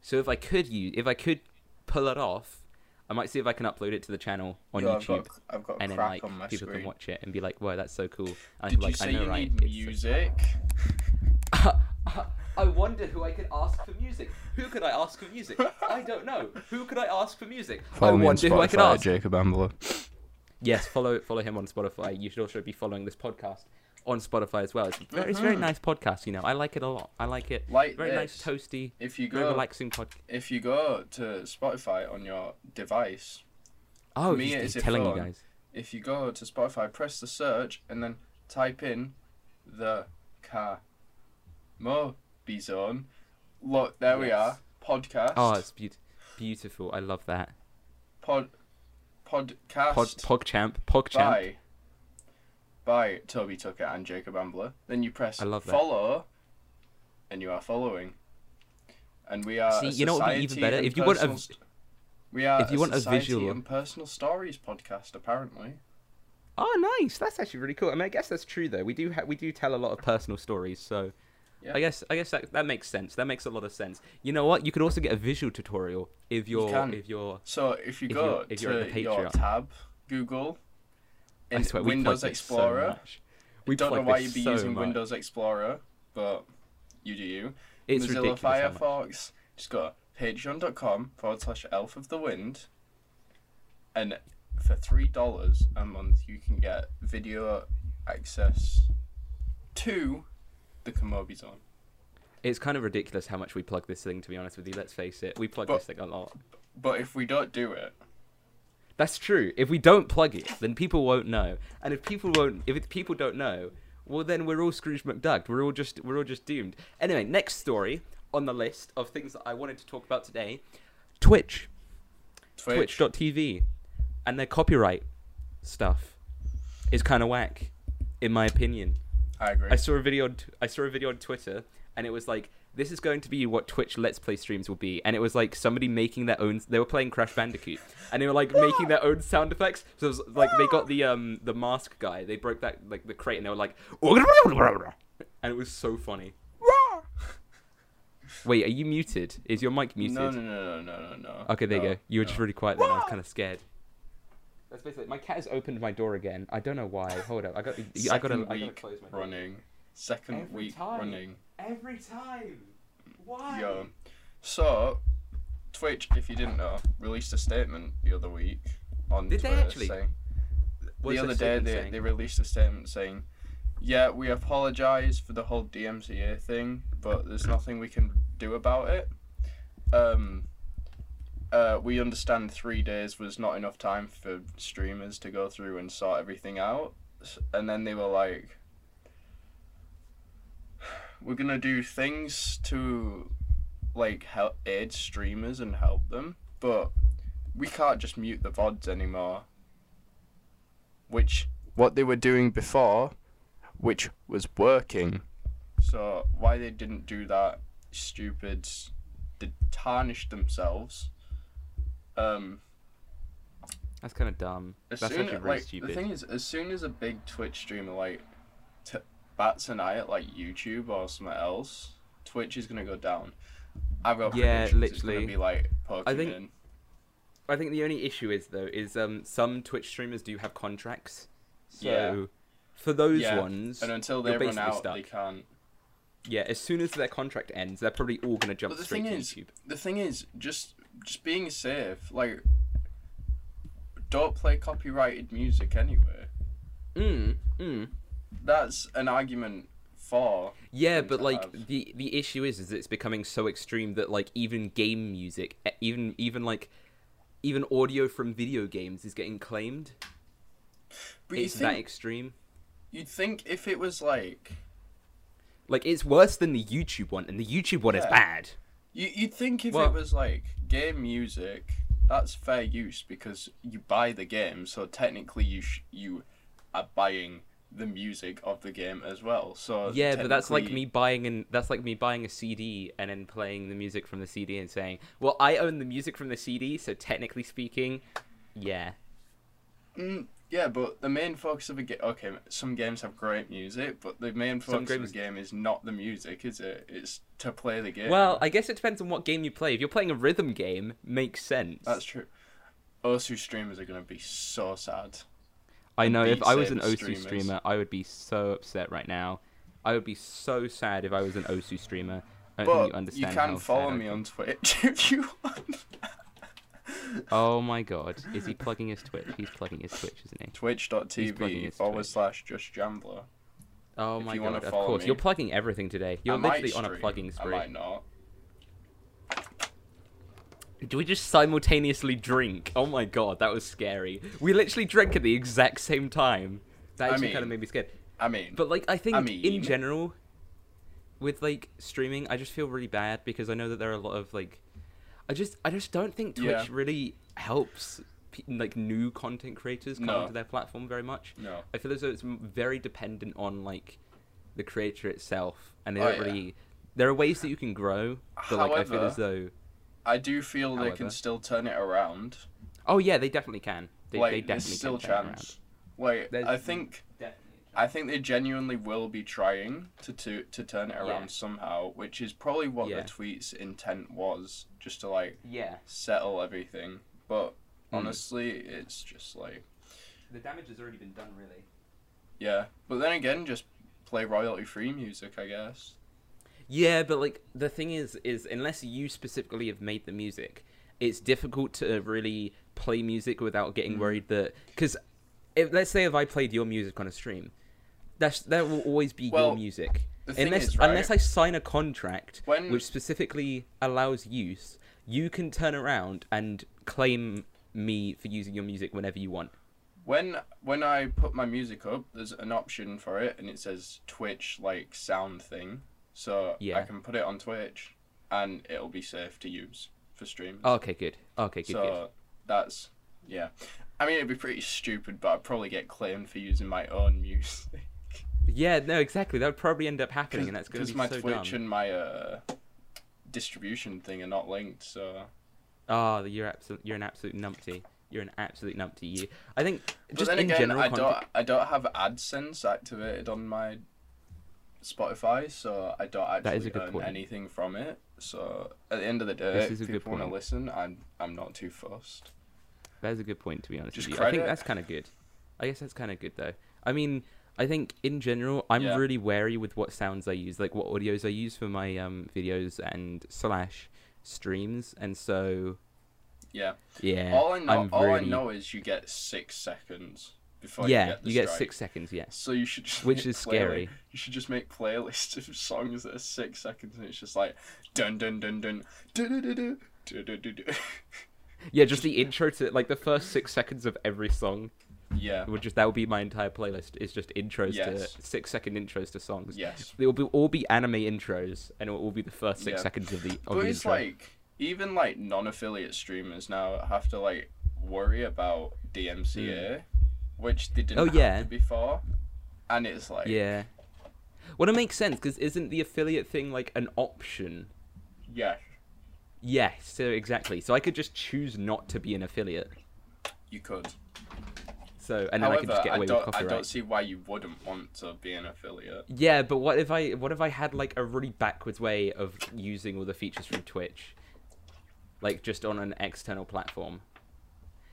[SPEAKER 1] So if I could use, if I could pull it off, I might see if I can upload it to the channel on
[SPEAKER 2] Yo, I've
[SPEAKER 1] YouTube,
[SPEAKER 2] got, I've got a
[SPEAKER 1] and then
[SPEAKER 2] crack
[SPEAKER 1] like
[SPEAKER 2] on my
[SPEAKER 1] people
[SPEAKER 2] screen.
[SPEAKER 1] can watch it and be like, "Wow, that's so cool." And I
[SPEAKER 2] Did
[SPEAKER 1] feel
[SPEAKER 2] you
[SPEAKER 1] like,
[SPEAKER 2] say
[SPEAKER 1] I know,
[SPEAKER 2] you
[SPEAKER 1] right?
[SPEAKER 2] need
[SPEAKER 1] It's-
[SPEAKER 2] music?
[SPEAKER 1] I wonder who I could ask for music. Who could I ask for music? I don't know. Who could I ask for music? I wonder who I could ask.
[SPEAKER 2] Jacob Ambler.
[SPEAKER 1] Yes, follow follow him on Spotify. You should also be following this podcast on Spotify as well. It's a very, it's a very
[SPEAKER 2] Mhm.
[SPEAKER 1] nice podcast. You know, I like it a lot. I like it.
[SPEAKER 2] Like
[SPEAKER 1] very nice,
[SPEAKER 2] this.
[SPEAKER 1] toasty,
[SPEAKER 2] If you
[SPEAKER 1] very
[SPEAKER 2] go,
[SPEAKER 1] relaxing podcast.
[SPEAKER 2] if you go to Spotify on your device,
[SPEAKER 1] Oh,
[SPEAKER 2] me,
[SPEAKER 1] he's,
[SPEAKER 2] it's
[SPEAKER 1] he's
[SPEAKER 2] a
[SPEAKER 1] telling you
[SPEAKER 2] phone.
[SPEAKER 1] guys.
[SPEAKER 2] if you go to Spotify, press the search and then type in the car Moby Zone. Look, there we
[SPEAKER 1] Yes.
[SPEAKER 2] are. Podcast.
[SPEAKER 1] Oh, it's beaut- beautiful. I love that.
[SPEAKER 2] pod, podcast.
[SPEAKER 1] Pod Pogchamp, Pogchamp.
[SPEAKER 2] by by Toby Tucker and Jacob Ambler. Then you press
[SPEAKER 1] I love that.
[SPEAKER 2] follow, and you are following. And we are.
[SPEAKER 1] See,
[SPEAKER 2] a
[SPEAKER 1] you know what would be even
[SPEAKER 2] society
[SPEAKER 1] better?
[SPEAKER 2] and
[SPEAKER 1] If you want a
[SPEAKER 2] personal
[SPEAKER 1] v-
[SPEAKER 2] st- we are.
[SPEAKER 1] if you want a
[SPEAKER 2] society
[SPEAKER 1] visual-
[SPEAKER 2] and personal stories podcast, apparently.
[SPEAKER 1] Oh, nice. That's actually really cool. I mean, I guess that's true though. We do ha- we do tell a lot of personal stories, so
[SPEAKER 2] Yeah.
[SPEAKER 1] I guess I guess that, that makes sense. That makes a lot of sense. You know what? You could also get a visual tutorial if you're
[SPEAKER 2] can.
[SPEAKER 1] if you're
[SPEAKER 2] So if you
[SPEAKER 1] If
[SPEAKER 2] go
[SPEAKER 1] you're- if you're in
[SPEAKER 2] to
[SPEAKER 1] the
[SPEAKER 2] your
[SPEAKER 1] Patreon.
[SPEAKER 2] tab, Google,
[SPEAKER 1] I
[SPEAKER 2] in
[SPEAKER 1] swear, we plug
[SPEAKER 2] Windows
[SPEAKER 1] this so
[SPEAKER 2] Explorer.
[SPEAKER 1] much. We
[SPEAKER 2] Don't know
[SPEAKER 1] plug
[SPEAKER 2] why
[SPEAKER 1] this
[SPEAKER 2] you'd be
[SPEAKER 1] so
[SPEAKER 2] using
[SPEAKER 1] much.
[SPEAKER 2] Windows Explorer, but you do you.
[SPEAKER 1] It's
[SPEAKER 2] Mozilla
[SPEAKER 1] ridiculous. how much-
[SPEAKER 2] Firefox. Just go patreon.com forward slash elf of the wind. And for $3 a month, you can get video access to the Komobi Zone.
[SPEAKER 1] It's kind of ridiculous how much we plug this thing. To be honest with you, let's face it. We plug
[SPEAKER 2] But-
[SPEAKER 1] this thing a lot.
[SPEAKER 2] But if we don't do it,
[SPEAKER 1] That's true. If we don't plug it, then people won't know. And if people won't, if it, people don't know, well, then we're all Scrooge McDuck. We're all just, we're all just doomed. Anyway, next story on the list of things that I wanted to talk about today: Twitch,
[SPEAKER 2] Twitch,
[SPEAKER 1] Twitch.tv, and their copyright stuff is kind of whack, in my opinion.
[SPEAKER 2] I agree.
[SPEAKER 1] I saw a video. On t- I saw a video on Twitter, and it was like, "This is going to be what Twitch Let's Play streams will be." And it was like somebody making their own. They were playing Crash Bandicoot, and they were like making their own sound effects. So it was like they got the um the mask guy. They broke that like the crate, and they were like, and it was so funny. Wait, are you muted? Is your mic muted?
[SPEAKER 2] no, no, no, no, no, no, no.
[SPEAKER 1] Okay, there you
[SPEAKER 2] No,
[SPEAKER 1] go. You were
[SPEAKER 2] no.
[SPEAKER 1] just really quiet then. I was kind of scared. That's basically. My cat has opened my door again. I don't know why. Hold up. I got. I got.
[SPEAKER 2] Second
[SPEAKER 1] I got to
[SPEAKER 2] week
[SPEAKER 1] close my. door.
[SPEAKER 2] running. Second
[SPEAKER 1] Every
[SPEAKER 2] week
[SPEAKER 1] time.
[SPEAKER 2] running.
[SPEAKER 1] Every time. Why?
[SPEAKER 2] Yo. So, Twitch, if you didn't know, released a statement the other week on
[SPEAKER 1] Did they
[SPEAKER 2] Twitter
[SPEAKER 1] actually?
[SPEAKER 2] saying
[SPEAKER 1] What's
[SPEAKER 2] the
[SPEAKER 1] that
[SPEAKER 2] other day
[SPEAKER 1] statement
[SPEAKER 2] they,
[SPEAKER 1] saying?
[SPEAKER 2] they released a statement saying, "Yeah, we apologize for the whole DMCA thing, but there's nothing we can do about it. Um, uh, we understand three days was not enough time for streamers to go through and sort everything out, S- and then they were like." We're gonna do things to, like, help aid streamers and help them, but we can't just mute the vods anymore which what they were doing before, which was working. So why they didn't do that, stupids, they tarnished themselves. Um,
[SPEAKER 1] That's kind of dumb.
[SPEAKER 2] as
[SPEAKER 1] That's
[SPEAKER 2] soon
[SPEAKER 1] actually really
[SPEAKER 2] like the
[SPEAKER 1] stupid.
[SPEAKER 2] thing is, as soon as a big Twitch streamer like t- bats an eye at like YouTube or somewhere else, Twitch is gonna go down. I've got
[SPEAKER 1] Yeah,
[SPEAKER 2] predictions It's
[SPEAKER 1] literally.
[SPEAKER 2] gonna be like Pokemon.
[SPEAKER 1] I think- I think the only issue is though is um some Twitch streamers do have contracts, so
[SPEAKER 2] Yeah.
[SPEAKER 1] for those
[SPEAKER 2] Yeah,
[SPEAKER 1] ones,
[SPEAKER 2] and until they
[SPEAKER 1] you're
[SPEAKER 2] run
[SPEAKER 1] basically
[SPEAKER 2] out,
[SPEAKER 1] stuck.
[SPEAKER 2] they can't.
[SPEAKER 1] yeah, as soon as their contract ends, they're probably all gonna jump
[SPEAKER 2] But the
[SPEAKER 1] straight
[SPEAKER 2] thing
[SPEAKER 1] to
[SPEAKER 2] is,
[SPEAKER 1] YouTube.
[SPEAKER 2] the thing is, just just being safe. Like, don't play copyrighted music anyway.
[SPEAKER 1] Mm, mm.
[SPEAKER 2] That's an argument for.
[SPEAKER 1] Yeah,
[SPEAKER 2] them
[SPEAKER 1] but
[SPEAKER 2] to
[SPEAKER 1] like
[SPEAKER 2] have.
[SPEAKER 1] the the issue is, is it's becoming so extreme that like even game music, e- even even like even audio from video games is getting claimed.
[SPEAKER 2] But you
[SPEAKER 1] it's that
[SPEAKER 2] think,
[SPEAKER 1] extreme.
[SPEAKER 2] you'd think if it was like
[SPEAKER 1] Like it's worse than the YouTube one, and the YouTube one is
[SPEAKER 2] Yeah.
[SPEAKER 1] bad.
[SPEAKER 2] you, you'd think if
[SPEAKER 1] Well-
[SPEAKER 2] it was like game music, that's fair use because you buy the game, so technically you sh- you are buying the music of the game as well. So
[SPEAKER 1] Yeah, but that's like me
[SPEAKER 2] technically-
[SPEAKER 1] buying and that's like me buying a CD and then playing the music from the CD and saying, "Well, I own the music from the CD, so technically speaking, yeah."
[SPEAKER 2] Mm, Yeah, but the main focus of a game. Okay, some games have great music, but the main
[SPEAKER 1] Some
[SPEAKER 2] focus
[SPEAKER 1] games-
[SPEAKER 2] of a game is not the music, is it? It's to play the game.
[SPEAKER 1] Well, I guess it depends on what game you play. If you're playing a rhythm game, makes sense.
[SPEAKER 2] that's true. OSU streamers are gonna be so sad.
[SPEAKER 1] I know. If
[SPEAKER 2] Beat
[SPEAKER 1] I was an
[SPEAKER 2] Saber
[SPEAKER 1] OSU
[SPEAKER 2] streamers.
[SPEAKER 1] streamer, I would be so upset right now. I would be so sad if I was an OSU streamer. I don't think
[SPEAKER 2] But
[SPEAKER 1] you
[SPEAKER 2] you,
[SPEAKER 1] understand. how
[SPEAKER 2] can follow
[SPEAKER 1] sad I
[SPEAKER 2] me
[SPEAKER 1] feel.
[SPEAKER 2] on Twitch if you want.
[SPEAKER 1] Oh my god, is he plugging his Twitch? He's plugging his Twitch, isn't he? He's plugging
[SPEAKER 2] Twitch.tv
[SPEAKER 1] his
[SPEAKER 2] forward
[SPEAKER 1] Twitch.
[SPEAKER 2] slash just jambler.
[SPEAKER 1] Oh
[SPEAKER 2] If
[SPEAKER 1] my
[SPEAKER 2] you wanna
[SPEAKER 1] god, of
[SPEAKER 2] follow
[SPEAKER 1] course.
[SPEAKER 2] me.
[SPEAKER 1] You're plugging everything today. You're
[SPEAKER 2] I might
[SPEAKER 1] literally on a
[SPEAKER 2] stream,
[SPEAKER 1] plugging spree.
[SPEAKER 2] I might not.
[SPEAKER 1] Do we just simultaneously drink? Oh my god, that was scary. We literally drank at the exact same time. That
[SPEAKER 2] I
[SPEAKER 1] actually kind of
[SPEAKER 2] mean-
[SPEAKER 1] made me scared.
[SPEAKER 2] I mean,
[SPEAKER 1] But like, I think in
[SPEAKER 2] mean-
[SPEAKER 1] general, with like streaming, I just feel really bad because I know that there are a lot of like, I just I just don't think Twitch
[SPEAKER 2] Yeah.
[SPEAKER 1] really helps pe- like new content creators come
[SPEAKER 2] No.
[SPEAKER 1] onto their platform very much.
[SPEAKER 2] no.
[SPEAKER 1] I feel as though it's m- very dependent on like the creator itself, and they
[SPEAKER 2] Oh,
[SPEAKER 1] don't
[SPEAKER 2] yeah.
[SPEAKER 1] really. There are ways that you can grow, but like I feel
[SPEAKER 2] However-
[SPEAKER 1] as though.
[SPEAKER 2] I do feel they
[SPEAKER 1] However.
[SPEAKER 2] can still turn it around.
[SPEAKER 1] Oh yeah, they definitely can. They,
[SPEAKER 2] like,
[SPEAKER 1] they
[SPEAKER 2] there's
[SPEAKER 1] definitely
[SPEAKER 2] still
[SPEAKER 1] can turn it around.
[SPEAKER 2] chance. Like,
[SPEAKER 1] There's-
[SPEAKER 2] I think I think they genuinely will be trying to to, to turn it around
[SPEAKER 1] Yeah.
[SPEAKER 2] somehow, which is probably what
[SPEAKER 1] Yeah.
[SPEAKER 2] the tweet's intent was, just to like
[SPEAKER 1] Yeah,
[SPEAKER 2] settle everything. But
[SPEAKER 1] Mm.
[SPEAKER 2] honestly, it's just like
[SPEAKER 1] the damage has already been done, really.
[SPEAKER 2] yeah. But then again, just play royalty free music, I guess.
[SPEAKER 1] Yeah, but like the thing is, is unless you specifically have made the music, it's difficult to really play music without
[SPEAKER 2] Mm.
[SPEAKER 1] getting worried that because if let's say if I played your music on a stream, that's that will always be your
[SPEAKER 2] Well,
[SPEAKER 1] music.
[SPEAKER 2] the thing
[SPEAKER 1] Unless
[SPEAKER 2] is, right-
[SPEAKER 1] unless I sign a contract
[SPEAKER 2] When-
[SPEAKER 1] which specifically allows use, you can turn around and claim me for using your music whenever you want.
[SPEAKER 2] When when I put my music up, there's an option for it, and it says Twitch like sound thing, so I
[SPEAKER 1] Yeah.
[SPEAKER 2] can put it on Twitch, and it'll be safe to use for streamers.
[SPEAKER 1] Okay, good. Okay, good.
[SPEAKER 2] so
[SPEAKER 1] good.
[SPEAKER 2] that's yeah. I mean, it'd be pretty stupid, but I'd probably get claimed for using my own music
[SPEAKER 1] Yeah, no, exactly. That would probably end up happening, and that's going to
[SPEAKER 2] because
[SPEAKER 1] be
[SPEAKER 2] my
[SPEAKER 1] so dumb.
[SPEAKER 2] Twitch and my uh, distribution thing are not linked. So
[SPEAKER 1] Oh, you're absolute. You're an absolute numpty. You're an absolute numpty. You. I think
[SPEAKER 2] but
[SPEAKER 1] just
[SPEAKER 2] then
[SPEAKER 1] in
[SPEAKER 2] again,
[SPEAKER 1] general.
[SPEAKER 2] I
[SPEAKER 1] content-
[SPEAKER 2] don't I don't have AdSense activated on my Spotify, so I don't actually
[SPEAKER 1] That is a good
[SPEAKER 2] earn
[SPEAKER 1] point.
[SPEAKER 2] anything from it. So at the end of the day,
[SPEAKER 1] This
[SPEAKER 2] if
[SPEAKER 1] is a good
[SPEAKER 2] people want to
[SPEAKER 1] point.
[SPEAKER 2] listen, I'm I'm not too fussed.
[SPEAKER 1] That's a good point, to be honest
[SPEAKER 2] Just
[SPEAKER 1] with you. I think
[SPEAKER 2] credit.
[SPEAKER 1] that's kind of good. I guess that's kind of good, though. I mean, I think in general, I'm
[SPEAKER 2] Yeah.
[SPEAKER 1] really wary with what sounds I use, like what audios I use for my um, videos and slash streams, and so
[SPEAKER 2] Yeah.
[SPEAKER 1] yeah,
[SPEAKER 2] all I know,
[SPEAKER 1] I'm
[SPEAKER 2] all I
[SPEAKER 1] really-
[SPEAKER 2] know is you get six seconds before
[SPEAKER 1] yeah,
[SPEAKER 2] you get the
[SPEAKER 1] you get
[SPEAKER 2] strike.
[SPEAKER 1] six seconds. Yes.
[SPEAKER 2] So you should just
[SPEAKER 1] Which
[SPEAKER 2] make
[SPEAKER 1] is
[SPEAKER 2] playli-
[SPEAKER 1] scary.
[SPEAKER 2] You should just make playlists of songs that are six seconds, and it's just like dun dun dun dun dun dun dun dun dun.
[SPEAKER 1] Yeah, just the intro to like the first six seconds of every song.
[SPEAKER 2] Yeah.
[SPEAKER 1] Would just that would be my entire playlist. Is just intros
[SPEAKER 2] Yes.
[SPEAKER 1] to six second intros to songs.
[SPEAKER 2] Yes.
[SPEAKER 1] They will be all be anime intros, and it will all be the first six
[SPEAKER 2] Yeah.
[SPEAKER 1] seconds of the. Of
[SPEAKER 2] But
[SPEAKER 1] the
[SPEAKER 2] it's
[SPEAKER 1] intro.
[SPEAKER 2] like even like non-affiliate streamers now have to like worry about DMCA, which they didn't
[SPEAKER 1] Oh, yeah.
[SPEAKER 2] have to before, and it's like
[SPEAKER 1] yeah. Well, it makes sense because isn't the affiliate thing like an option?
[SPEAKER 2] yeah,
[SPEAKER 1] Yes, so exactly. So I could just choose not to be an affiliate.
[SPEAKER 2] you could.
[SPEAKER 1] So and then I
[SPEAKER 2] However,
[SPEAKER 1] could just get away with
[SPEAKER 2] don't I
[SPEAKER 1] copyright.
[SPEAKER 2] don't see why you wouldn't want to be an affiliate.
[SPEAKER 1] Yeah, but what if I what if I had like a really backwards way of using all the features from Twitch, like just on an external platform?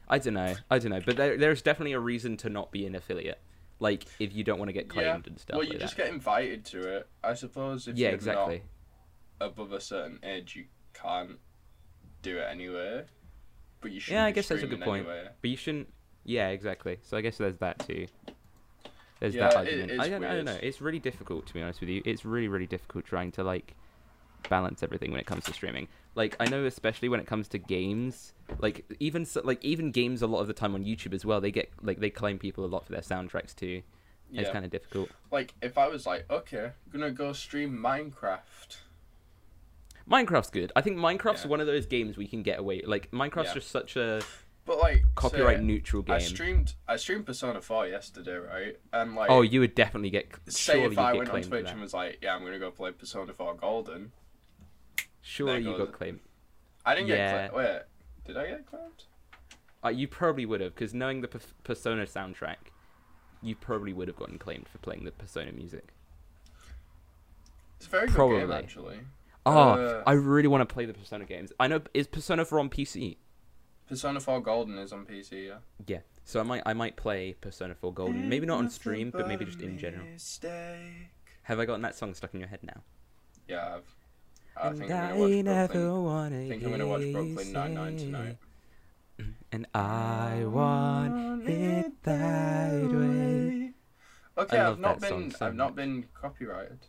[SPEAKER 1] I don't know, I don't know, but there there's definitely a reason to not be an affiliate, like if you don't want to get claimed and stuff
[SPEAKER 2] Well,
[SPEAKER 1] like
[SPEAKER 2] you just
[SPEAKER 1] that.
[SPEAKER 2] get invited to it, I suppose. If
[SPEAKER 1] yeah,
[SPEAKER 2] you're
[SPEAKER 1] exactly.
[SPEAKER 2] Not above a certain age, you can't do it anyway. But you should.
[SPEAKER 1] I guess that's a good point.
[SPEAKER 2] Anyway.
[SPEAKER 1] But you shouldn't. Yeah, exactly. So I guess there's that too. There's
[SPEAKER 2] Yeah,
[SPEAKER 1] that
[SPEAKER 2] it-
[SPEAKER 1] argument.
[SPEAKER 2] it's
[SPEAKER 1] I don't, I don't
[SPEAKER 2] weird.
[SPEAKER 1] know. It's really difficult to be honest with you. It's really, really difficult trying to like balance everything when it comes to streaming. Like I know, especially when it comes to games. Like even so, like even games, a lot of the time on YouTube as well, they get like they claim people a lot for their soundtracks too.
[SPEAKER 2] Yeah.
[SPEAKER 1] It's kind of difficult.
[SPEAKER 2] Like if I was like, okay, I'm gonna go stream Minecraft.
[SPEAKER 1] Minecraft's good. I think Minecraft's
[SPEAKER 2] Yeah.
[SPEAKER 1] one of those games we can get away. Like Minecraft's
[SPEAKER 2] Yeah.
[SPEAKER 1] just such a
[SPEAKER 2] But like say,
[SPEAKER 1] copyright neutral game.
[SPEAKER 2] I streamed I streamed Persona 4 yesterday, right? And like
[SPEAKER 1] oh, you would definitely get.
[SPEAKER 2] say
[SPEAKER 1] Surely
[SPEAKER 2] if I
[SPEAKER 1] you'd
[SPEAKER 2] went
[SPEAKER 1] get
[SPEAKER 2] on
[SPEAKER 1] claimed for
[SPEAKER 2] Twitch
[SPEAKER 1] that.
[SPEAKER 2] and was like, yeah, I'm gonna go play Persona 4 Golden.
[SPEAKER 1] Surely you
[SPEAKER 2] goes-
[SPEAKER 1] got claimed.
[SPEAKER 2] I didn't
[SPEAKER 1] Yeah.
[SPEAKER 2] get claimed. Wait, did I get claimed?
[SPEAKER 1] Uh, you probably would have, because knowing the P- Persona soundtrack, you probably would have gotten claimed for playing the Persona music.
[SPEAKER 2] It's a very good game
[SPEAKER 1] Probably.
[SPEAKER 2] actually.
[SPEAKER 1] Oh,
[SPEAKER 2] Uh,
[SPEAKER 1] I really want to play the Persona games. I know is Persona 4 on PC.
[SPEAKER 2] Persona 4 Golden is on PC, yeah.
[SPEAKER 1] Yeah, so I might I might play Persona 4 Golden. Maybe not on stream, but maybe just in general. Have I gotten that song stuck in your head now?
[SPEAKER 2] Yeah, I've, I think
[SPEAKER 1] And
[SPEAKER 2] I'm gonna watch Brooklyn.
[SPEAKER 1] wanna
[SPEAKER 2] I think I'm gonna watch
[SPEAKER 1] hear you
[SPEAKER 2] Brooklyn Nine Nine
[SPEAKER 1] say,
[SPEAKER 2] tonight.
[SPEAKER 1] And I want it that way.
[SPEAKER 2] Okay,
[SPEAKER 1] I
[SPEAKER 2] I've
[SPEAKER 1] love
[SPEAKER 2] not
[SPEAKER 1] that song
[SPEAKER 2] been
[SPEAKER 1] so
[SPEAKER 2] I've not
[SPEAKER 1] much.
[SPEAKER 2] been copyrighted.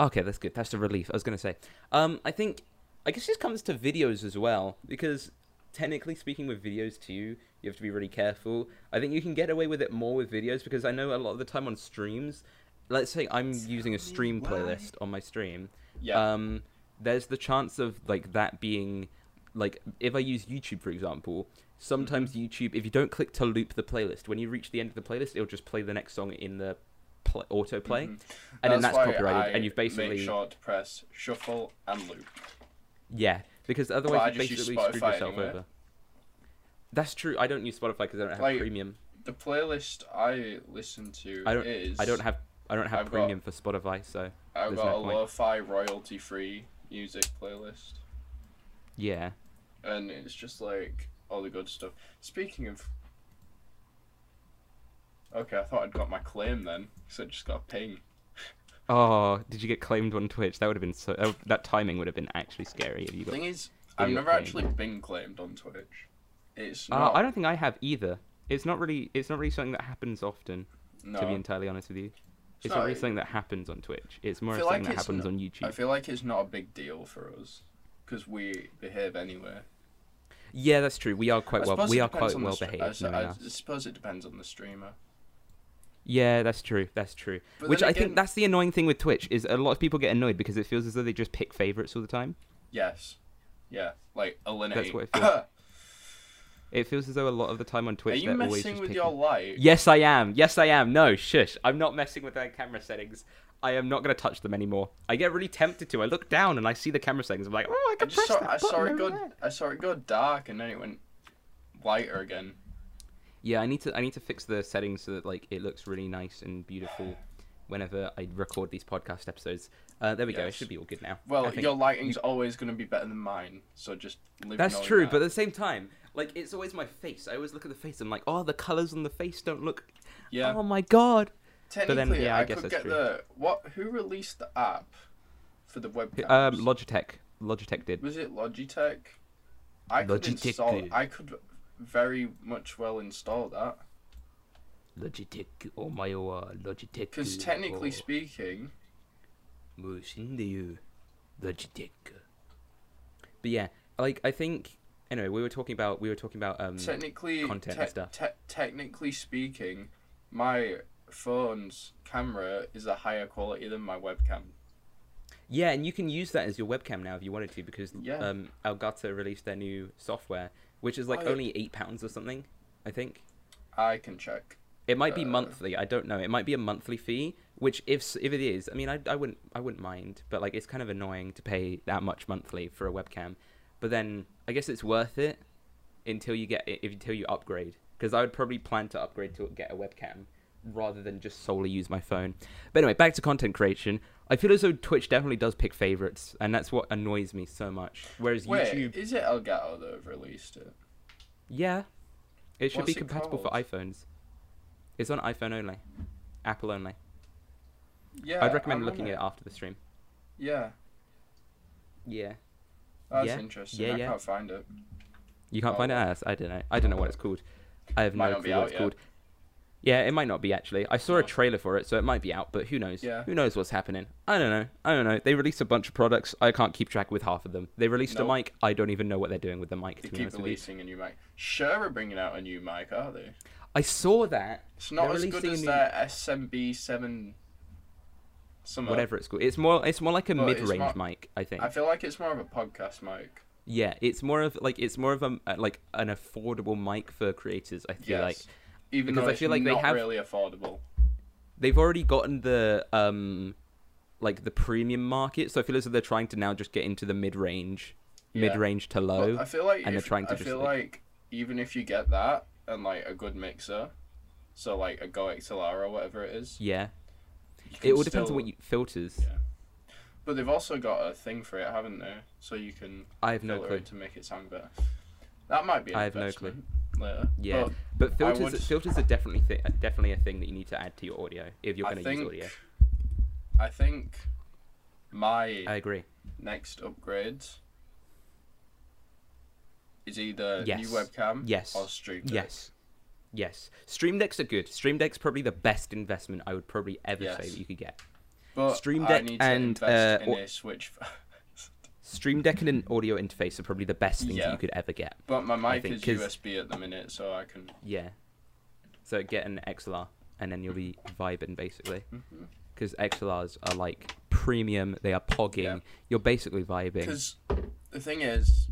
[SPEAKER 1] Okay, that's good. That's a relief. I was gonna say. Um, I think I guess this comes to videos as well because technically speaking, with videos too, you have to be really careful. I think you can get away with it more with videos because I know a lot of the time on streams, let's say I'm using a stream
[SPEAKER 2] why.
[SPEAKER 1] playlist on my stream.
[SPEAKER 2] Yeah.
[SPEAKER 1] Um, there's the chance of like that being, like if I use YouTube for example. Sometimes
[SPEAKER 2] Mm-hmm.
[SPEAKER 1] YouTube, if you don't click to loop the playlist, when you reach the end of the playlist, it'll just play the next song in the pl- autoplay,
[SPEAKER 2] Mm-hmm.
[SPEAKER 1] and then that's
[SPEAKER 2] why
[SPEAKER 1] copyrighted,
[SPEAKER 2] I
[SPEAKER 1] and you've basically
[SPEAKER 2] make sure to press shuffle and loop.
[SPEAKER 1] yeah, because
[SPEAKER 2] Well, I
[SPEAKER 1] otherwise you
[SPEAKER 2] just use
[SPEAKER 1] basically screwed
[SPEAKER 2] Spotify
[SPEAKER 1] yourself
[SPEAKER 2] anyway.
[SPEAKER 1] over. That's true. I don't use Spotify because I don't have
[SPEAKER 2] Like,
[SPEAKER 1] premium.
[SPEAKER 2] The playlist I listen to
[SPEAKER 1] I don't.
[SPEAKER 2] is
[SPEAKER 1] I don't have. I don't have
[SPEAKER 2] I've got-
[SPEAKER 1] premium for Spotify. So
[SPEAKER 2] I've
[SPEAKER 1] there's
[SPEAKER 2] got
[SPEAKER 1] no
[SPEAKER 2] a
[SPEAKER 1] point.
[SPEAKER 2] lo-fi royalty-free music playlist,
[SPEAKER 1] yeah.
[SPEAKER 2] and it's just like all the good stuff. Speaking of, okay, I thought I'd got my claim then, so I just got a ping.
[SPEAKER 1] Oh, did you get claimed on Twitch? That would have been so. That, that timing would have been actually scary if you got.
[SPEAKER 2] Thing is, I've
[SPEAKER 1] you got
[SPEAKER 2] never
[SPEAKER 1] claimed?
[SPEAKER 2] actually been claimed on Twitch. It's
[SPEAKER 1] Uh,
[SPEAKER 2] not.
[SPEAKER 1] I don't think I have either. It's not really. It's not really something that happens often.
[SPEAKER 2] no.
[SPEAKER 1] To be entirely honest with you, it's
[SPEAKER 2] not-
[SPEAKER 1] not really something that happens on Twitch. It's more
[SPEAKER 2] feel
[SPEAKER 1] of something
[SPEAKER 2] like
[SPEAKER 1] that
[SPEAKER 2] it's
[SPEAKER 1] happens
[SPEAKER 2] n-
[SPEAKER 1] on YouTube.
[SPEAKER 2] I feel like it's not a big deal for us because we behave anyway.
[SPEAKER 1] Yeah, that's true. We are
[SPEAKER 2] I
[SPEAKER 1] quite well.
[SPEAKER 2] suppose
[SPEAKER 1] We
[SPEAKER 2] it
[SPEAKER 1] are
[SPEAKER 2] depends
[SPEAKER 1] quite
[SPEAKER 2] on the
[SPEAKER 1] well
[SPEAKER 2] str- I
[SPEAKER 1] behaved.
[SPEAKER 2] s-
[SPEAKER 1] knowing
[SPEAKER 2] I,
[SPEAKER 1] us.
[SPEAKER 2] suppose it depends on the streamer.
[SPEAKER 1] Yeah, that's true. That's true.
[SPEAKER 2] But
[SPEAKER 1] Which
[SPEAKER 2] then
[SPEAKER 1] I
[SPEAKER 2] again-
[SPEAKER 1] think that's the annoying thing with Twitch is a lot of people get annoyed because it feels as though they just pick favorites all the time.
[SPEAKER 2] Yes. Yeah. Like Alinity.
[SPEAKER 1] what it feels
[SPEAKER 2] Are
[SPEAKER 1] It feels as though a lot of the time on Twitch
[SPEAKER 2] you
[SPEAKER 1] they're always
[SPEAKER 2] messing
[SPEAKER 1] just
[SPEAKER 2] with
[SPEAKER 1] picking.
[SPEAKER 2] your light?
[SPEAKER 1] Yes, I am. Yes, I am. No, shush. I'm not messing with their camera settings. I am not going to touch them anymore. I get really tempted to. I look down and I see the camera settings. I'm like, oh, I
[SPEAKER 2] I
[SPEAKER 1] can
[SPEAKER 2] just
[SPEAKER 1] press
[SPEAKER 2] saw,
[SPEAKER 1] that
[SPEAKER 2] I saw
[SPEAKER 1] button
[SPEAKER 2] it
[SPEAKER 1] over
[SPEAKER 2] uh, go.
[SPEAKER 1] there."
[SPEAKER 2] I saw it go dark, and then it went lighter again.
[SPEAKER 1] Yeah, I need to. I need to fix the settings so that like it looks really nice and beautiful whenever I record these podcast episodes. Uh, there we go. It
[SPEAKER 2] Yes.
[SPEAKER 1] should be all good now. I
[SPEAKER 2] Well,
[SPEAKER 1] think-
[SPEAKER 2] your lighting's always going to be better than mine, so just live.
[SPEAKER 1] That's
[SPEAKER 2] knowing
[SPEAKER 1] true,
[SPEAKER 2] that.
[SPEAKER 1] but at the same time, like it's always my face. I always look at the face. I'm like, oh, the colors on the face don't look.
[SPEAKER 2] yeah.
[SPEAKER 1] Oh my god.
[SPEAKER 2] Technically,
[SPEAKER 1] then, yeah,
[SPEAKER 2] I,
[SPEAKER 1] I guess
[SPEAKER 2] could
[SPEAKER 1] that's
[SPEAKER 2] get
[SPEAKER 1] true.
[SPEAKER 2] the what? Who released the app for the webcam?
[SPEAKER 1] Um, Logitech. Logitech did.
[SPEAKER 2] Was it Logitech? I could
[SPEAKER 1] Logitech.
[SPEAKER 2] install. I could very much well install that
[SPEAKER 1] Logitech. Oh my god. Logitech.
[SPEAKER 2] because technically
[SPEAKER 1] oh.
[SPEAKER 2] speaking,
[SPEAKER 1] uh, Logitech. But yeah, like I think. Anyway, we were talking about we were talking about um.
[SPEAKER 2] technically,
[SPEAKER 1] content and stuff.
[SPEAKER 2] te- technically speaking, my phone's camera is a higher quality than my webcam.
[SPEAKER 1] Yeah, and you can use that as your webcam now if you wanted to because
[SPEAKER 2] Yeah.
[SPEAKER 1] um Elgato released their new software, which is like
[SPEAKER 2] Oh, yeah.
[SPEAKER 1] only eight pounds or something, I think.
[SPEAKER 2] I can check.
[SPEAKER 1] It might be
[SPEAKER 2] Uh,
[SPEAKER 1] monthly. I don't know. It might be a monthly fee, which if s- if it is, I mean, I, I wouldn't I wouldn't mind, but like it's kind of annoying to pay that much monthly for a webcam. But then I guess it's worth it until you get if until you upgrade because I would probably plan to upgrade to get a webcam rather than just solely use my phone. But anyway, back to content creation. I feel as though Twitch definitely does pick favorites, and that's what annoys me so much. Whereas
[SPEAKER 2] Wait,
[SPEAKER 1] YouTube,
[SPEAKER 2] is it Elgato that have released it?
[SPEAKER 1] yeah, it should be
[SPEAKER 2] What's it
[SPEAKER 1] compatible for
[SPEAKER 2] called?
[SPEAKER 1] iPhones. It's on iPhone only, Apple only.
[SPEAKER 2] Yeah,
[SPEAKER 1] I'd recommend
[SPEAKER 2] I'm on
[SPEAKER 1] looking at it after the stream.
[SPEAKER 2] Yeah,
[SPEAKER 1] Yeah.
[SPEAKER 2] that's
[SPEAKER 1] Yeah,
[SPEAKER 2] interesting.
[SPEAKER 1] yeah,
[SPEAKER 2] I
[SPEAKER 1] yeah.
[SPEAKER 2] can't find it.
[SPEAKER 1] You can't
[SPEAKER 2] Oh,
[SPEAKER 1] find it
[SPEAKER 2] well.
[SPEAKER 1] as I don't know. I don't know what it's called. I have
[SPEAKER 2] Might
[SPEAKER 1] no
[SPEAKER 2] not be
[SPEAKER 1] clue what
[SPEAKER 2] out
[SPEAKER 1] it's
[SPEAKER 2] yet.
[SPEAKER 1] called. Yeah, it might not be actually. I saw a
[SPEAKER 2] No.
[SPEAKER 1] trailer for it, so it might be out, but who knows?
[SPEAKER 2] Yeah.
[SPEAKER 1] Who knows what's happening? I don't know. I don't know. They released a bunch of products. I can't keep track with half of them. They released
[SPEAKER 2] Nope.
[SPEAKER 1] a mic. I don't even know what they're doing with the mic.
[SPEAKER 2] They
[SPEAKER 1] To be
[SPEAKER 2] keep
[SPEAKER 1] honest with you,
[SPEAKER 2] releasing a new mic. Sure, are bringing out a new mic, are they?
[SPEAKER 1] I saw that.
[SPEAKER 2] It's not
[SPEAKER 1] They're
[SPEAKER 2] as good
[SPEAKER 1] releasing a new-
[SPEAKER 2] as their SMB seven. Summer.
[SPEAKER 1] Whatever it's called. It's more. It's more like a
[SPEAKER 2] But it's
[SPEAKER 1] mid-range
[SPEAKER 2] not-
[SPEAKER 1] mic. I think.
[SPEAKER 2] I feel like it's more of a podcast mic.
[SPEAKER 1] Yeah, it's more of like it's more of a uh, like an affordable mic for creators. I feel
[SPEAKER 2] Yes.
[SPEAKER 1] like
[SPEAKER 2] Even
[SPEAKER 1] because
[SPEAKER 2] though
[SPEAKER 1] I
[SPEAKER 2] it's
[SPEAKER 1] feel like they
[SPEAKER 2] not
[SPEAKER 1] have-
[SPEAKER 2] really affordable.
[SPEAKER 1] they've already gotten the um like the premium market so i feel as though they're trying to now just get into the mid-range
[SPEAKER 2] Yeah.
[SPEAKER 1] mid-range to
[SPEAKER 2] But
[SPEAKER 1] low
[SPEAKER 2] I feel like
[SPEAKER 1] and they're
[SPEAKER 2] if-
[SPEAKER 1] trying to
[SPEAKER 2] I
[SPEAKER 1] just,
[SPEAKER 2] feel
[SPEAKER 1] like-
[SPEAKER 2] like even if you get that and like a good mixer, so like a Go XLR or whatever it is,
[SPEAKER 1] Yeah.
[SPEAKER 2] you can
[SPEAKER 1] It all depends on
[SPEAKER 2] still-
[SPEAKER 1] what you filters.
[SPEAKER 2] Yeah. But they've also got a thing for it, haven't they? So you can
[SPEAKER 1] I have no
[SPEAKER 2] filter
[SPEAKER 1] clue.
[SPEAKER 2] it to make it sound better. That might be. An
[SPEAKER 1] I have no
[SPEAKER 2] investment Later.
[SPEAKER 1] Yeah, but
[SPEAKER 2] But
[SPEAKER 1] filters
[SPEAKER 2] would-
[SPEAKER 1] filters are definitely th- definitely a thing that you need to add to your audio if you're
[SPEAKER 2] I
[SPEAKER 1] going to use
[SPEAKER 2] think.
[SPEAKER 1] audio.
[SPEAKER 2] I think my
[SPEAKER 1] I agree.
[SPEAKER 2] next upgrade is either
[SPEAKER 1] Yes.
[SPEAKER 2] new webcam
[SPEAKER 1] Yes.
[SPEAKER 2] or stream. Deck.
[SPEAKER 1] Yes. Yes. Stream decks are good. Stream deck's probably the best investment I would probably ever say
[SPEAKER 2] Yes.
[SPEAKER 1] that you could get.
[SPEAKER 2] But
[SPEAKER 1] Stream
[SPEAKER 2] I
[SPEAKER 1] Deck
[SPEAKER 2] need to
[SPEAKER 1] and,
[SPEAKER 2] invest
[SPEAKER 1] uh,
[SPEAKER 2] in
[SPEAKER 1] au-
[SPEAKER 2] a Switch. first.
[SPEAKER 1] Stream deck and an audio interface are probably the best things that
[SPEAKER 2] Yeah.
[SPEAKER 1] you could ever get.
[SPEAKER 2] but my mic
[SPEAKER 1] think,
[SPEAKER 2] is
[SPEAKER 1] 'cause-
[SPEAKER 2] USB at the minute, so I can.
[SPEAKER 1] Yeah. So get an XLR and then you'll be vibing basically.
[SPEAKER 2] Mhm.
[SPEAKER 1] Because XLRs are like premium, they are pogging.
[SPEAKER 2] Yeah.
[SPEAKER 1] You're basically vibing.
[SPEAKER 2] Because the thing is,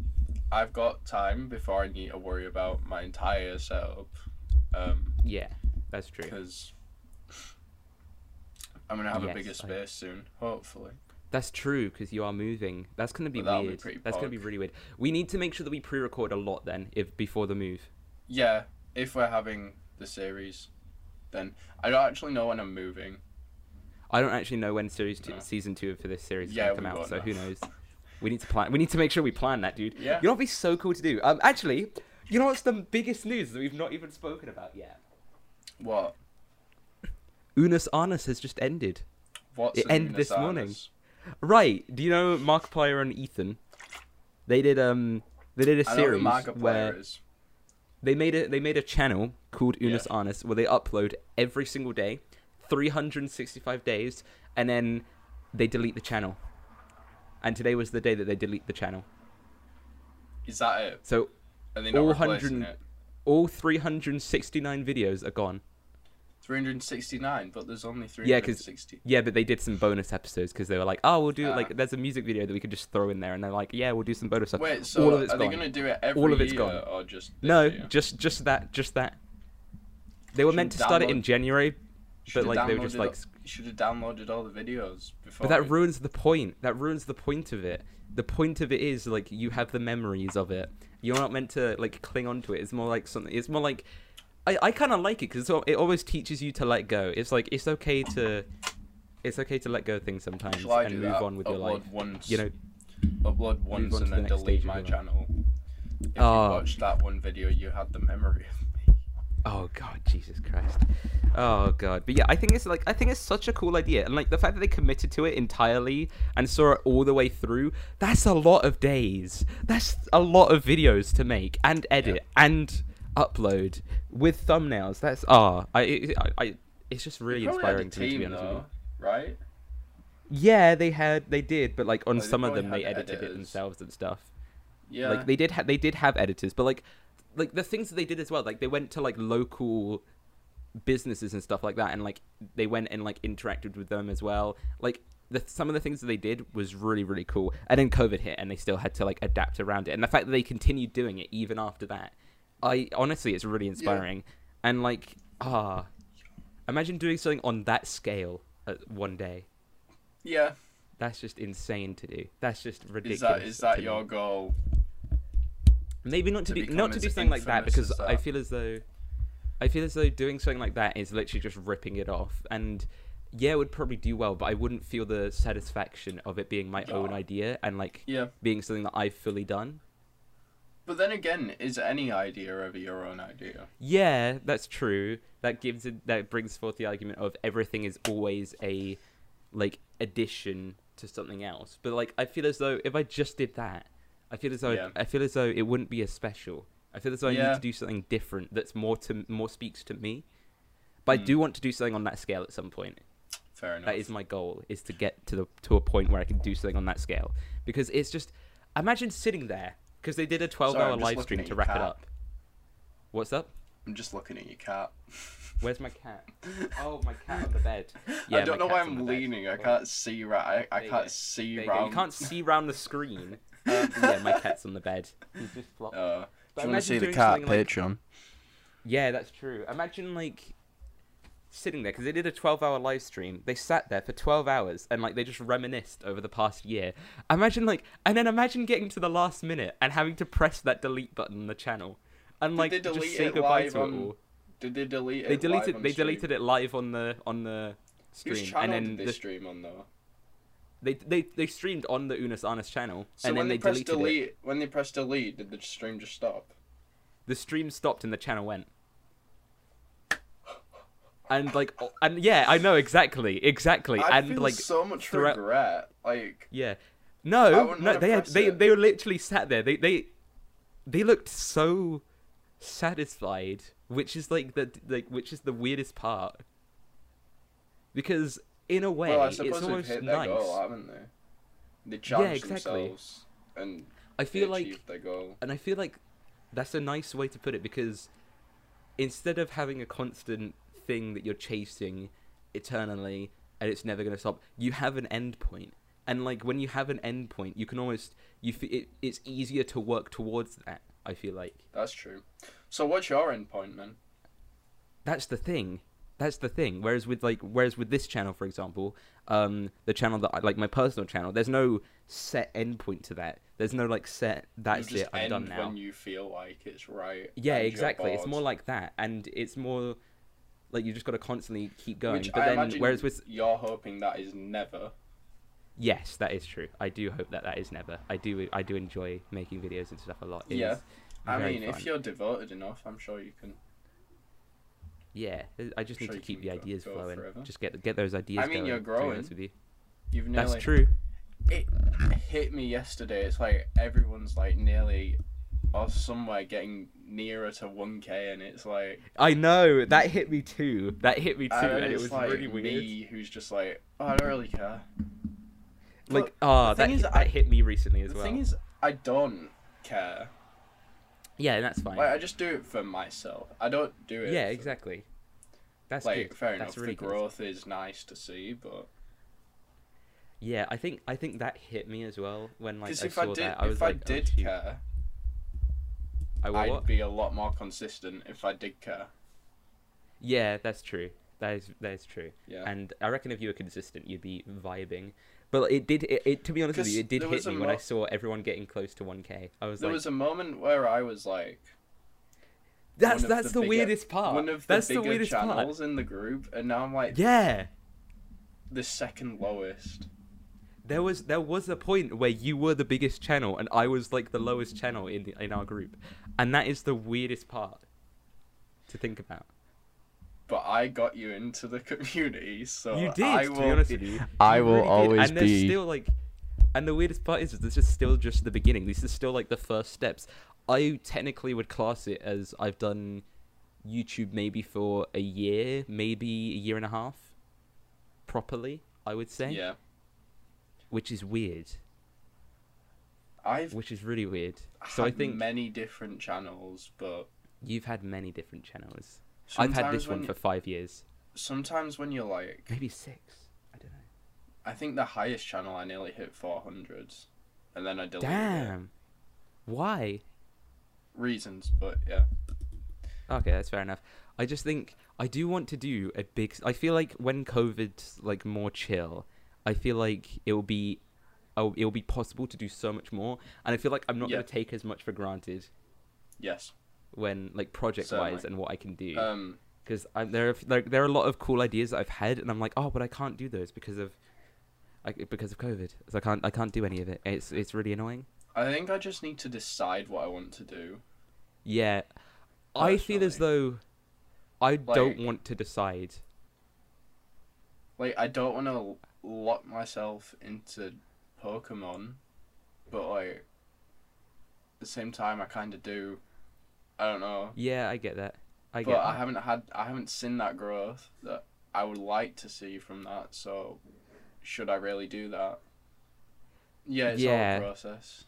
[SPEAKER 2] I've got time before I need to worry about my entire setup. Um,
[SPEAKER 1] Yeah, that's true.
[SPEAKER 2] because I'm gonna have a
[SPEAKER 1] Yes,
[SPEAKER 2] bigger
[SPEAKER 1] I-
[SPEAKER 2] space soon, hopefully.
[SPEAKER 1] That's true because you are moving. That's gonna be
[SPEAKER 2] But that'll be
[SPEAKER 1] weird.
[SPEAKER 2] pretty
[SPEAKER 1] That's gonna be
[SPEAKER 2] pog.
[SPEAKER 1] really weird. We need to make sure that we pre-record a lot then, if before the move.
[SPEAKER 2] Yeah, if we're having the series, then I don't actually know when I'm moving.
[SPEAKER 1] I don't actually know when series two,
[SPEAKER 2] No.
[SPEAKER 1] season two for this series is
[SPEAKER 2] Yeah,
[SPEAKER 1] gonna come
[SPEAKER 2] we
[SPEAKER 1] out,
[SPEAKER 2] won't
[SPEAKER 1] so
[SPEAKER 2] know.
[SPEAKER 1] who knows? We need to plan. We need to make sure we plan that, dude.
[SPEAKER 2] Yeah.
[SPEAKER 1] You know what'd be so cool to do? Um, actually, you know what's the biggest news that we've not even spoken about yet?
[SPEAKER 2] What?
[SPEAKER 1] Unus Arnus has just ended.
[SPEAKER 2] What's
[SPEAKER 1] It
[SPEAKER 2] an
[SPEAKER 1] ended this
[SPEAKER 2] Unisonus?
[SPEAKER 1] morning. Right. Do you know Markiplier and Ethan? They did um they did a
[SPEAKER 2] I know who
[SPEAKER 1] series
[SPEAKER 2] Markiplier
[SPEAKER 1] where
[SPEAKER 2] is.
[SPEAKER 1] they made a they made a channel called
[SPEAKER 2] Yeah.
[SPEAKER 1] Unus Arnus where they upload every single day, 365 days, and then they delete the channel. And today was the day that they delete the channel.
[SPEAKER 2] Is that it?
[SPEAKER 1] So
[SPEAKER 2] Are they not
[SPEAKER 1] all
[SPEAKER 2] replacing
[SPEAKER 1] 100
[SPEAKER 2] it?
[SPEAKER 1] all 369 videos are gone.
[SPEAKER 2] 369, but there's only
[SPEAKER 1] Yeah, 'cause-
[SPEAKER 2] 360.
[SPEAKER 1] Yeah, but they did some bonus episodes because they were like, "Oh, we'll do
[SPEAKER 2] Ah.
[SPEAKER 1] like there's a music video that we could just throw in there," and they're like, "Yeah, we'll do some bonus stuff."
[SPEAKER 2] Wait, so
[SPEAKER 1] all of it's
[SPEAKER 2] are
[SPEAKER 1] gone.
[SPEAKER 2] they gonna do it every
[SPEAKER 1] All of it's
[SPEAKER 2] year
[SPEAKER 1] gone.
[SPEAKER 2] or just this
[SPEAKER 1] No,
[SPEAKER 2] year?
[SPEAKER 1] just just that, just that. They were
[SPEAKER 2] Should
[SPEAKER 1] meant to start it in
[SPEAKER 2] download-
[SPEAKER 1] January, but
[SPEAKER 2] Should've
[SPEAKER 1] like they were just
[SPEAKER 2] downloaded
[SPEAKER 1] like,
[SPEAKER 2] all- you should have downloaded all the videos before.
[SPEAKER 1] but that
[SPEAKER 2] it-
[SPEAKER 1] ruins the point. That ruins the point of it. The point of it is like you have the memories of it. You're not meant to like cling onto it. It's more like something. It's more like, I I kind of like it because it always teaches you to let go. It's like it's okay to, it's okay to let go of things sometimes
[SPEAKER 2] Shall I
[SPEAKER 1] and
[SPEAKER 2] do
[SPEAKER 1] move
[SPEAKER 2] that?
[SPEAKER 1] on with your
[SPEAKER 2] Upload
[SPEAKER 1] life.
[SPEAKER 2] Once,
[SPEAKER 1] You know,
[SPEAKER 2] upload once
[SPEAKER 1] on to
[SPEAKER 2] and
[SPEAKER 1] the
[SPEAKER 2] then
[SPEAKER 1] next stage
[SPEAKER 2] delete
[SPEAKER 1] of
[SPEAKER 2] my
[SPEAKER 1] your life.
[SPEAKER 2] channel. If
[SPEAKER 1] Oh.
[SPEAKER 2] you watched that one video, you had the memory of me.
[SPEAKER 1] Oh god, Jesus Christ. Oh god. But yeah, I think it's like I think it's such a cool idea. And like the fact that they committed to it entirely and saw it all the way through, that's a lot of days. That's a lot of videos to make and edit and upload with thumbnails. That's ah, I, it- I I it's just really
[SPEAKER 2] Probably had a
[SPEAKER 1] inspiring to me to be
[SPEAKER 2] team,
[SPEAKER 1] honest with you.
[SPEAKER 2] though, Right?
[SPEAKER 1] Yeah, they had they did, but like on
[SPEAKER 2] Like, they
[SPEAKER 1] some of
[SPEAKER 2] probably
[SPEAKER 1] them they
[SPEAKER 2] had
[SPEAKER 1] edited it
[SPEAKER 2] editors.
[SPEAKER 1] themselves and stuff.
[SPEAKER 2] Yeah.
[SPEAKER 1] Like they did ha- they did have editors, but like like the things that they did as well, like they went to like local businesses and stuff like that and like they went and like interacted with them as well. Like the some of the things that they did was really really cool. And then COVID hit and they still had to like adapt around it. And the fact that they continued doing it even after that. I honestly it's really inspiring. And like ah imagine doing something on that scale uh, one day.
[SPEAKER 2] yeah.
[SPEAKER 1] That's just insane to do. That's just ridiculous.
[SPEAKER 2] Is that is
[SPEAKER 1] to
[SPEAKER 2] that
[SPEAKER 1] me.
[SPEAKER 2] your goal?
[SPEAKER 1] Maybe not to,
[SPEAKER 2] to
[SPEAKER 1] do
[SPEAKER 2] become
[SPEAKER 1] not to
[SPEAKER 2] as
[SPEAKER 1] do something like that
[SPEAKER 2] infamous
[SPEAKER 1] because
[SPEAKER 2] as
[SPEAKER 1] I
[SPEAKER 2] that?
[SPEAKER 1] feel as though I feel as though doing something like that is literally just ripping it off and yeah, it would probably do well, but I wouldn't feel the satisfaction of it being my own
[SPEAKER 2] Yeah.
[SPEAKER 1] idea and like
[SPEAKER 2] Yeah.
[SPEAKER 1] being something that I've fully done.
[SPEAKER 2] But then again, is any idea ever your own idea?
[SPEAKER 1] Yeah, that's true. That gives it that brings forth the argument of everything is always a like addition to something else. But like I feel as though if I just did that, I feel as though
[SPEAKER 2] Yeah.
[SPEAKER 1] I feel as though it wouldn't be as special. I feel as though I need
[SPEAKER 2] Yeah.
[SPEAKER 1] to do something different that's more to more speaks to me. But I
[SPEAKER 2] Mm.
[SPEAKER 1] do want to do something on that scale at some point.
[SPEAKER 2] Fair enough.
[SPEAKER 1] That is my goal is to get to the to a point where I can do something on that scale because it's just imagine sitting there because they did a 12-hour
[SPEAKER 2] I'm just
[SPEAKER 1] live
[SPEAKER 2] looking
[SPEAKER 1] stream
[SPEAKER 2] at
[SPEAKER 1] to
[SPEAKER 2] your
[SPEAKER 1] wrap it
[SPEAKER 2] cat.
[SPEAKER 1] up. What's up?
[SPEAKER 2] I'm just looking at your cat.
[SPEAKER 1] Where's my cat? Oh, my cat on the bed. Yeah,
[SPEAKER 2] I don't
[SPEAKER 1] my
[SPEAKER 2] know why
[SPEAKER 1] cat's on the
[SPEAKER 2] I'm
[SPEAKER 1] bed.
[SPEAKER 2] leaning. I
[SPEAKER 1] Well,
[SPEAKER 2] can't see right. I,
[SPEAKER 1] There
[SPEAKER 2] I
[SPEAKER 1] you go.
[SPEAKER 2] can't see
[SPEAKER 1] there you, go. you
[SPEAKER 2] round.
[SPEAKER 1] can't see round the screen. Um, but yeah, my cat's on the bed. He's just flopped.
[SPEAKER 2] Uh,
[SPEAKER 1] But
[SPEAKER 2] do you want to
[SPEAKER 1] imagine
[SPEAKER 2] see the
[SPEAKER 1] doing
[SPEAKER 2] cat
[SPEAKER 1] something like-
[SPEAKER 2] Patreon?
[SPEAKER 1] Yeah, that's true. Imagine like sitting there because they did a 12-hour live stream. They sat there for 12 hours and like they just reminisced over the past year. Imagine like and then imagine getting to the last minute and having to press that delete button on the channel. and like
[SPEAKER 2] they
[SPEAKER 1] just
[SPEAKER 2] delete
[SPEAKER 1] say
[SPEAKER 2] it
[SPEAKER 1] goodbye
[SPEAKER 2] live
[SPEAKER 1] to it
[SPEAKER 2] on
[SPEAKER 1] all.
[SPEAKER 2] Did they delete it?
[SPEAKER 1] They deleted.
[SPEAKER 2] live on
[SPEAKER 1] they
[SPEAKER 2] stream?
[SPEAKER 1] deleted it live on the on the
[SPEAKER 2] Whose
[SPEAKER 1] stream, and
[SPEAKER 2] channel
[SPEAKER 1] then
[SPEAKER 2] did they
[SPEAKER 1] the,
[SPEAKER 2] stream on though?
[SPEAKER 1] they they they streamed on the Unis Arnis channel,
[SPEAKER 2] So
[SPEAKER 1] and then
[SPEAKER 2] when they,
[SPEAKER 1] they,
[SPEAKER 2] pressed
[SPEAKER 1] deleted
[SPEAKER 2] delete,
[SPEAKER 1] it.
[SPEAKER 2] when they pressed delete, did the stream just stop?
[SPEAKER 1] The stream stopped, and the channel went. And like, o- and yeah, I know exactly, exactly,
[SPEAKER 2] I
[SPEAKER 1] and
[SPEAKER 2] feel
[SPEAKER 1] like,
[SPEAKER 2] so much
[SPEAKER 1] throughout-
[SPEAKER 2] regret. Like
[SPEAKER 1] yeah,
[SPEAKER 2] I
[SPEAKER 1] no,
[SPEAKER 2] wouldn't
[SPEAKER 1] no,
[SPEAKER 2] wanna
[SPEAKER 1] they had,
[SPEAKER 2] press
[SPEAKER 1] they
[SPEAKER 2] it.
[SPEAKER 1] they were literally sat there. They they they looked so satisfied, which is like the like which is the weirdest part, because in a way,
[SPEAKER 2] well, I
[SPEAKER 1] it's
[SPEAKER 2] suppose they've
[SPEAKER 1] almost
[SPEAKER 2] hit
[SPEAKER 1] nice.
[SPEAKER 2] their goal, haven't they? They challenged
[SPEAKER 1] exactly.
[SPEAKER 2] themselves and
[SPEAKER 1] I feel
[SPEAKER 2] they
[SPEAKER 1] like
[SPEAKER 2] achieved their goal.
[SPEAKER 1] and I feel like that's a nice way to put it because instead of having a constant thing that you're chasing eternally and it's never going to stop, you have an end point. And like when you have an end point, you can almost you f- it, it's easier to work towards that. I feel like
[SPEAKER 2] That's true. So what's your end point then?
[SPEAKER 1] that's the thing. That's the thing. Whereas with like whereas with this channel, for example, um, the channel that I, like my personal channel, there's no set end point to that. There's no like set.
[SPEAKER 2] You
[SPEAKER 1] That's
[SPEAKER 2] just
[SPEAKER 1] it. I'm
[SPEAKER 2] end
[SPEAKER 1] done now.
[SPEAKER 2] when you feel like it's right.
[SPEAKER 1] Yeah,
[SPEAKER 2] and you're
[SPEAKER 1] exactly. It's
[SPEAKER 2] bored.
[SPEAKER 1] more like that, and it's more like you just got to constantly keep going.
[SPEAKER 2] Which
[SPEAKER 1] but
[SPEAKER 2] I
[SPEAKER 1] then,
[SPEAKER 2] imagine
[SPEAKER 1] whereas with
[SPEAKER 2] you're hoping that is never.
[SPEAKER 1] yes, that is true. I do hope that that is never. I do. I do enjoy making videos and stuff a lot. It
[SPEAKER 2] Yeah.
[SPEAKER 1] is
[SPEAKER 2] I
[SPEAKER 1] very
[SPEAKER 2] mean,
[SPEAKER 1] fun.
[SPEAKER 2] if you're devoted enough, I'm sure you can.
[SPEAKER 1] yeah, I just need
[SPEAKER 2] sure
[SPEAKER 1] to
[SPEAKER 2] you
[SPEAKER 1] keep
[SPEAKER 2] can
[SPEAKER 1] the
[SPEAKER 2] go-
[SPEAKER 1] ideas
[SPEAKER 2] go
[SPEAKER 1] flowing.
[SPEAKER 2] forever.
[SPEAKER 1] Just get get those ideas. going,
[SPEAKER 2] mean, you're
[SPEAKER 1] to be honest
[SPEAKER 2] growing.
[SPEAKER 1] With you.
[SPEAKER 2] You've nearly.
[SPEAKER 1] That's true.
[SPEAKER 2] It hit me yesterday. It's like everyone's like nearly, or somewhere getting nearer to 1K, and it's like
[SPEAKER 1] I know that hit me too. That hit me too,
[SPEAKER 2] and
[SPEAKER 1] and, it
[SPEAKER 2] it's
[SPEAKER 1] was
[SPEAKER 2] like
[SPEAKER 1] really weird.
[SPEAKER 2] me who's just like, oh, I don't really care.
[SPEAKER 1] Like
[SPEAKER 2] But
[SPEAKER 1] ah,
[SPEAKER 2] the
[SPEAKER 1] that
[SPEAKER 2] thing is,
[SPEAKER 1] hit-
[SPEAKER 2] I-
[SPEAKER 1] that hit me recently as
[SPEAKER 2] The
[SPEAKER 1] well.
[SPEAKER 2] thing is, I don't care.
[SPEAKER 1] yeah, that's fine.
[SPEAKER 2] Like I just do it for myself. I don't do it.
[SPEAKER 1] yeah,
[SPEAKER 2] for-
[SPEAKER 1] exactly. That's
[SPEAKER 2] Like
[SPEAKER 1] good.
[SPEAKER 2] fair enough,
[SPEAKER 1] that's really
[SPEAKER 2] the
[SPEAKER 1] good.
[SPEAKER 2] growth is nice to see, but
[SPEAKER 1] Yeah, I think I think that hit me as well when like I
[SPEAKER 2] because if
[SPEAKER 1] saw
[SPEAKER 2] I did,
[SPEAKER 1] that. I was
[SPEAKER 2] if
[SPEAKER 1] like,
[SPEAKER 2] I
[SPEAKER 1] oh,
[SPEAKER 2] did
[SPEAKER 1] shoot.
[SPEAKER 2] care,
[SPEAKER 1] I will
[SPEAKER 2] I'd
[SPEAKER 1] what?
[SPEAKER 2] be a lot more consistent. If I did care,
[SPEAKER 1] Yeah, that's true. That is that is true.
[SPEAKER 2] yeah.
[SPEAKER 1] And I reckon if you were consistent, you'd be vibing. But it did. It, it to be honest with you,
[SPEAKER 2] Because
[SPEAKER 1] it did
[SPEAKER 2] there
[SPEAKER 1] hit
[SPEAKER 2] was a
[SPEAKER 1] me when I
[SPEAKER 2] mo-
[SPEAKER 1] saw everyone getting close to 1k. I was
[SPEAKER 2] There
[SPEAKER 1] like,
[SPEAKER 2] was a moment where I was like
[SPEAKER 1] that's
[SPEAKER 2] one of
[SPEAKER 1] that's
[SPEAKER 2] the
[SPEAKER 1] the,
[SPEAKER 2] bigger-
[SPEAKER 1] weirdest part.
[SPEAKER 2] one of the
[SPEAKER 1] that's
[SPEAKER 2] bigger
[SPEAKER 1] the weirdest
[SPEAKER 2] channels in the group, and now I'm like
[SPEAKER 1] part. Yeah,
[SPEAKER 2] the second lowest.
[SPEAKER 1] there was there was a point where you were the biggest channel and I was like the lowest channel in in our group, and that is the weirdest part to think about.
[SPEAKER 2] But I got you into the community, so
[SPEAKER 1] You did,
[SPEAKER 2] I
[SPEAKER 1] to
[SPEAKER 2] will
[SPEAKER 1] be honest
[SPEAKER 2] be-
[SPEAKER 1] with you.
[SPEAKER 2] I
[SPEAKER 1] You
[SPEAKER 2] will
[SPEAKER 1] really did.
[SPEAKER 2] always
[SPEAKER 1] and there's
[SPEAKER 2] be-
[SPEAKER 1] still like, and the weirdest part is, is this is still just the beginning. This is still like the first steps. I technically would class it as I've done YouTube maybe for a year, maybe a year and a half, properly. I would say,
[SPEAKER 2] Yeah,
[SPEAKER 1] which is weird,
[SPEAKER 2] I've
[SPEAKER 1] which is really weird. So
[SPEAKER 2] had
[SPEAKER 1] I think
[SPEAKER 2] many different channels, but
[SPEAKER 1] you've had many different channels. I've had
[SPEAKER 2] sometimes
[SPEAKER 1] this
[SPEAKER 2] when
[SPEAKER 1] one for
[SPEAKER 2] you-
[SPEAKER 1] five years,
[SPEAKER 2] sometimes when you're like
[SPEAKER 1] maybe six. I don't know.
[SPEAKER 2] I think the highest channel I nearly hit 400s, and then I deleted it.
[SPEAKER 1] Damn, why?
[SPEAKER 2] Reasons, but yeah.
[SPEAKER 1] Okay, that's fair enough. I just think I do want to do a big. I feel like when COVID's like more chill, I feel like it will be, oh, it will be possible to do so much more, and I feel like I'm not
[SPEAKER 2] Yeah.
[SPEAKER 1] gonna take as much for granted
[SPEAKER 2] Yes.
[SPEAKER 1] when like project wise
[SPEAKER 2] Certainly.
[SPEAKER 1] and what I can do
[SPEAKER 2] Um.
[SPEAKER 1] because there are f- like there are a lot of cool ideas that I've had and I'm like oh but I can't do those because of, I, because of COVID so I can't I can't do any of it it's it's really annoying
[SPEAKER 2] I think I just need to decide what I want to do.
[SPEAKER 1] yeah I feel as though I
[SPEAKER 2] Oh, Like-
[SPEAKER 1] don't want to decide
[SPEAKER 2] Like, I don't want to lock myself into Pokemon, but like, at the same time, I kind of do. I don't know.
[SPEAKER 1] yeah I get that I get
[SPEAKER 2] but I
[SPEAKER 1] that.
[SPEAKER 2] haven't had, I haven't seen that growth that I would like to see from that. So, should I really do that? Yeah, it's all
[SPEAKER 1] Yeah.
[SPEAKER 2] a process.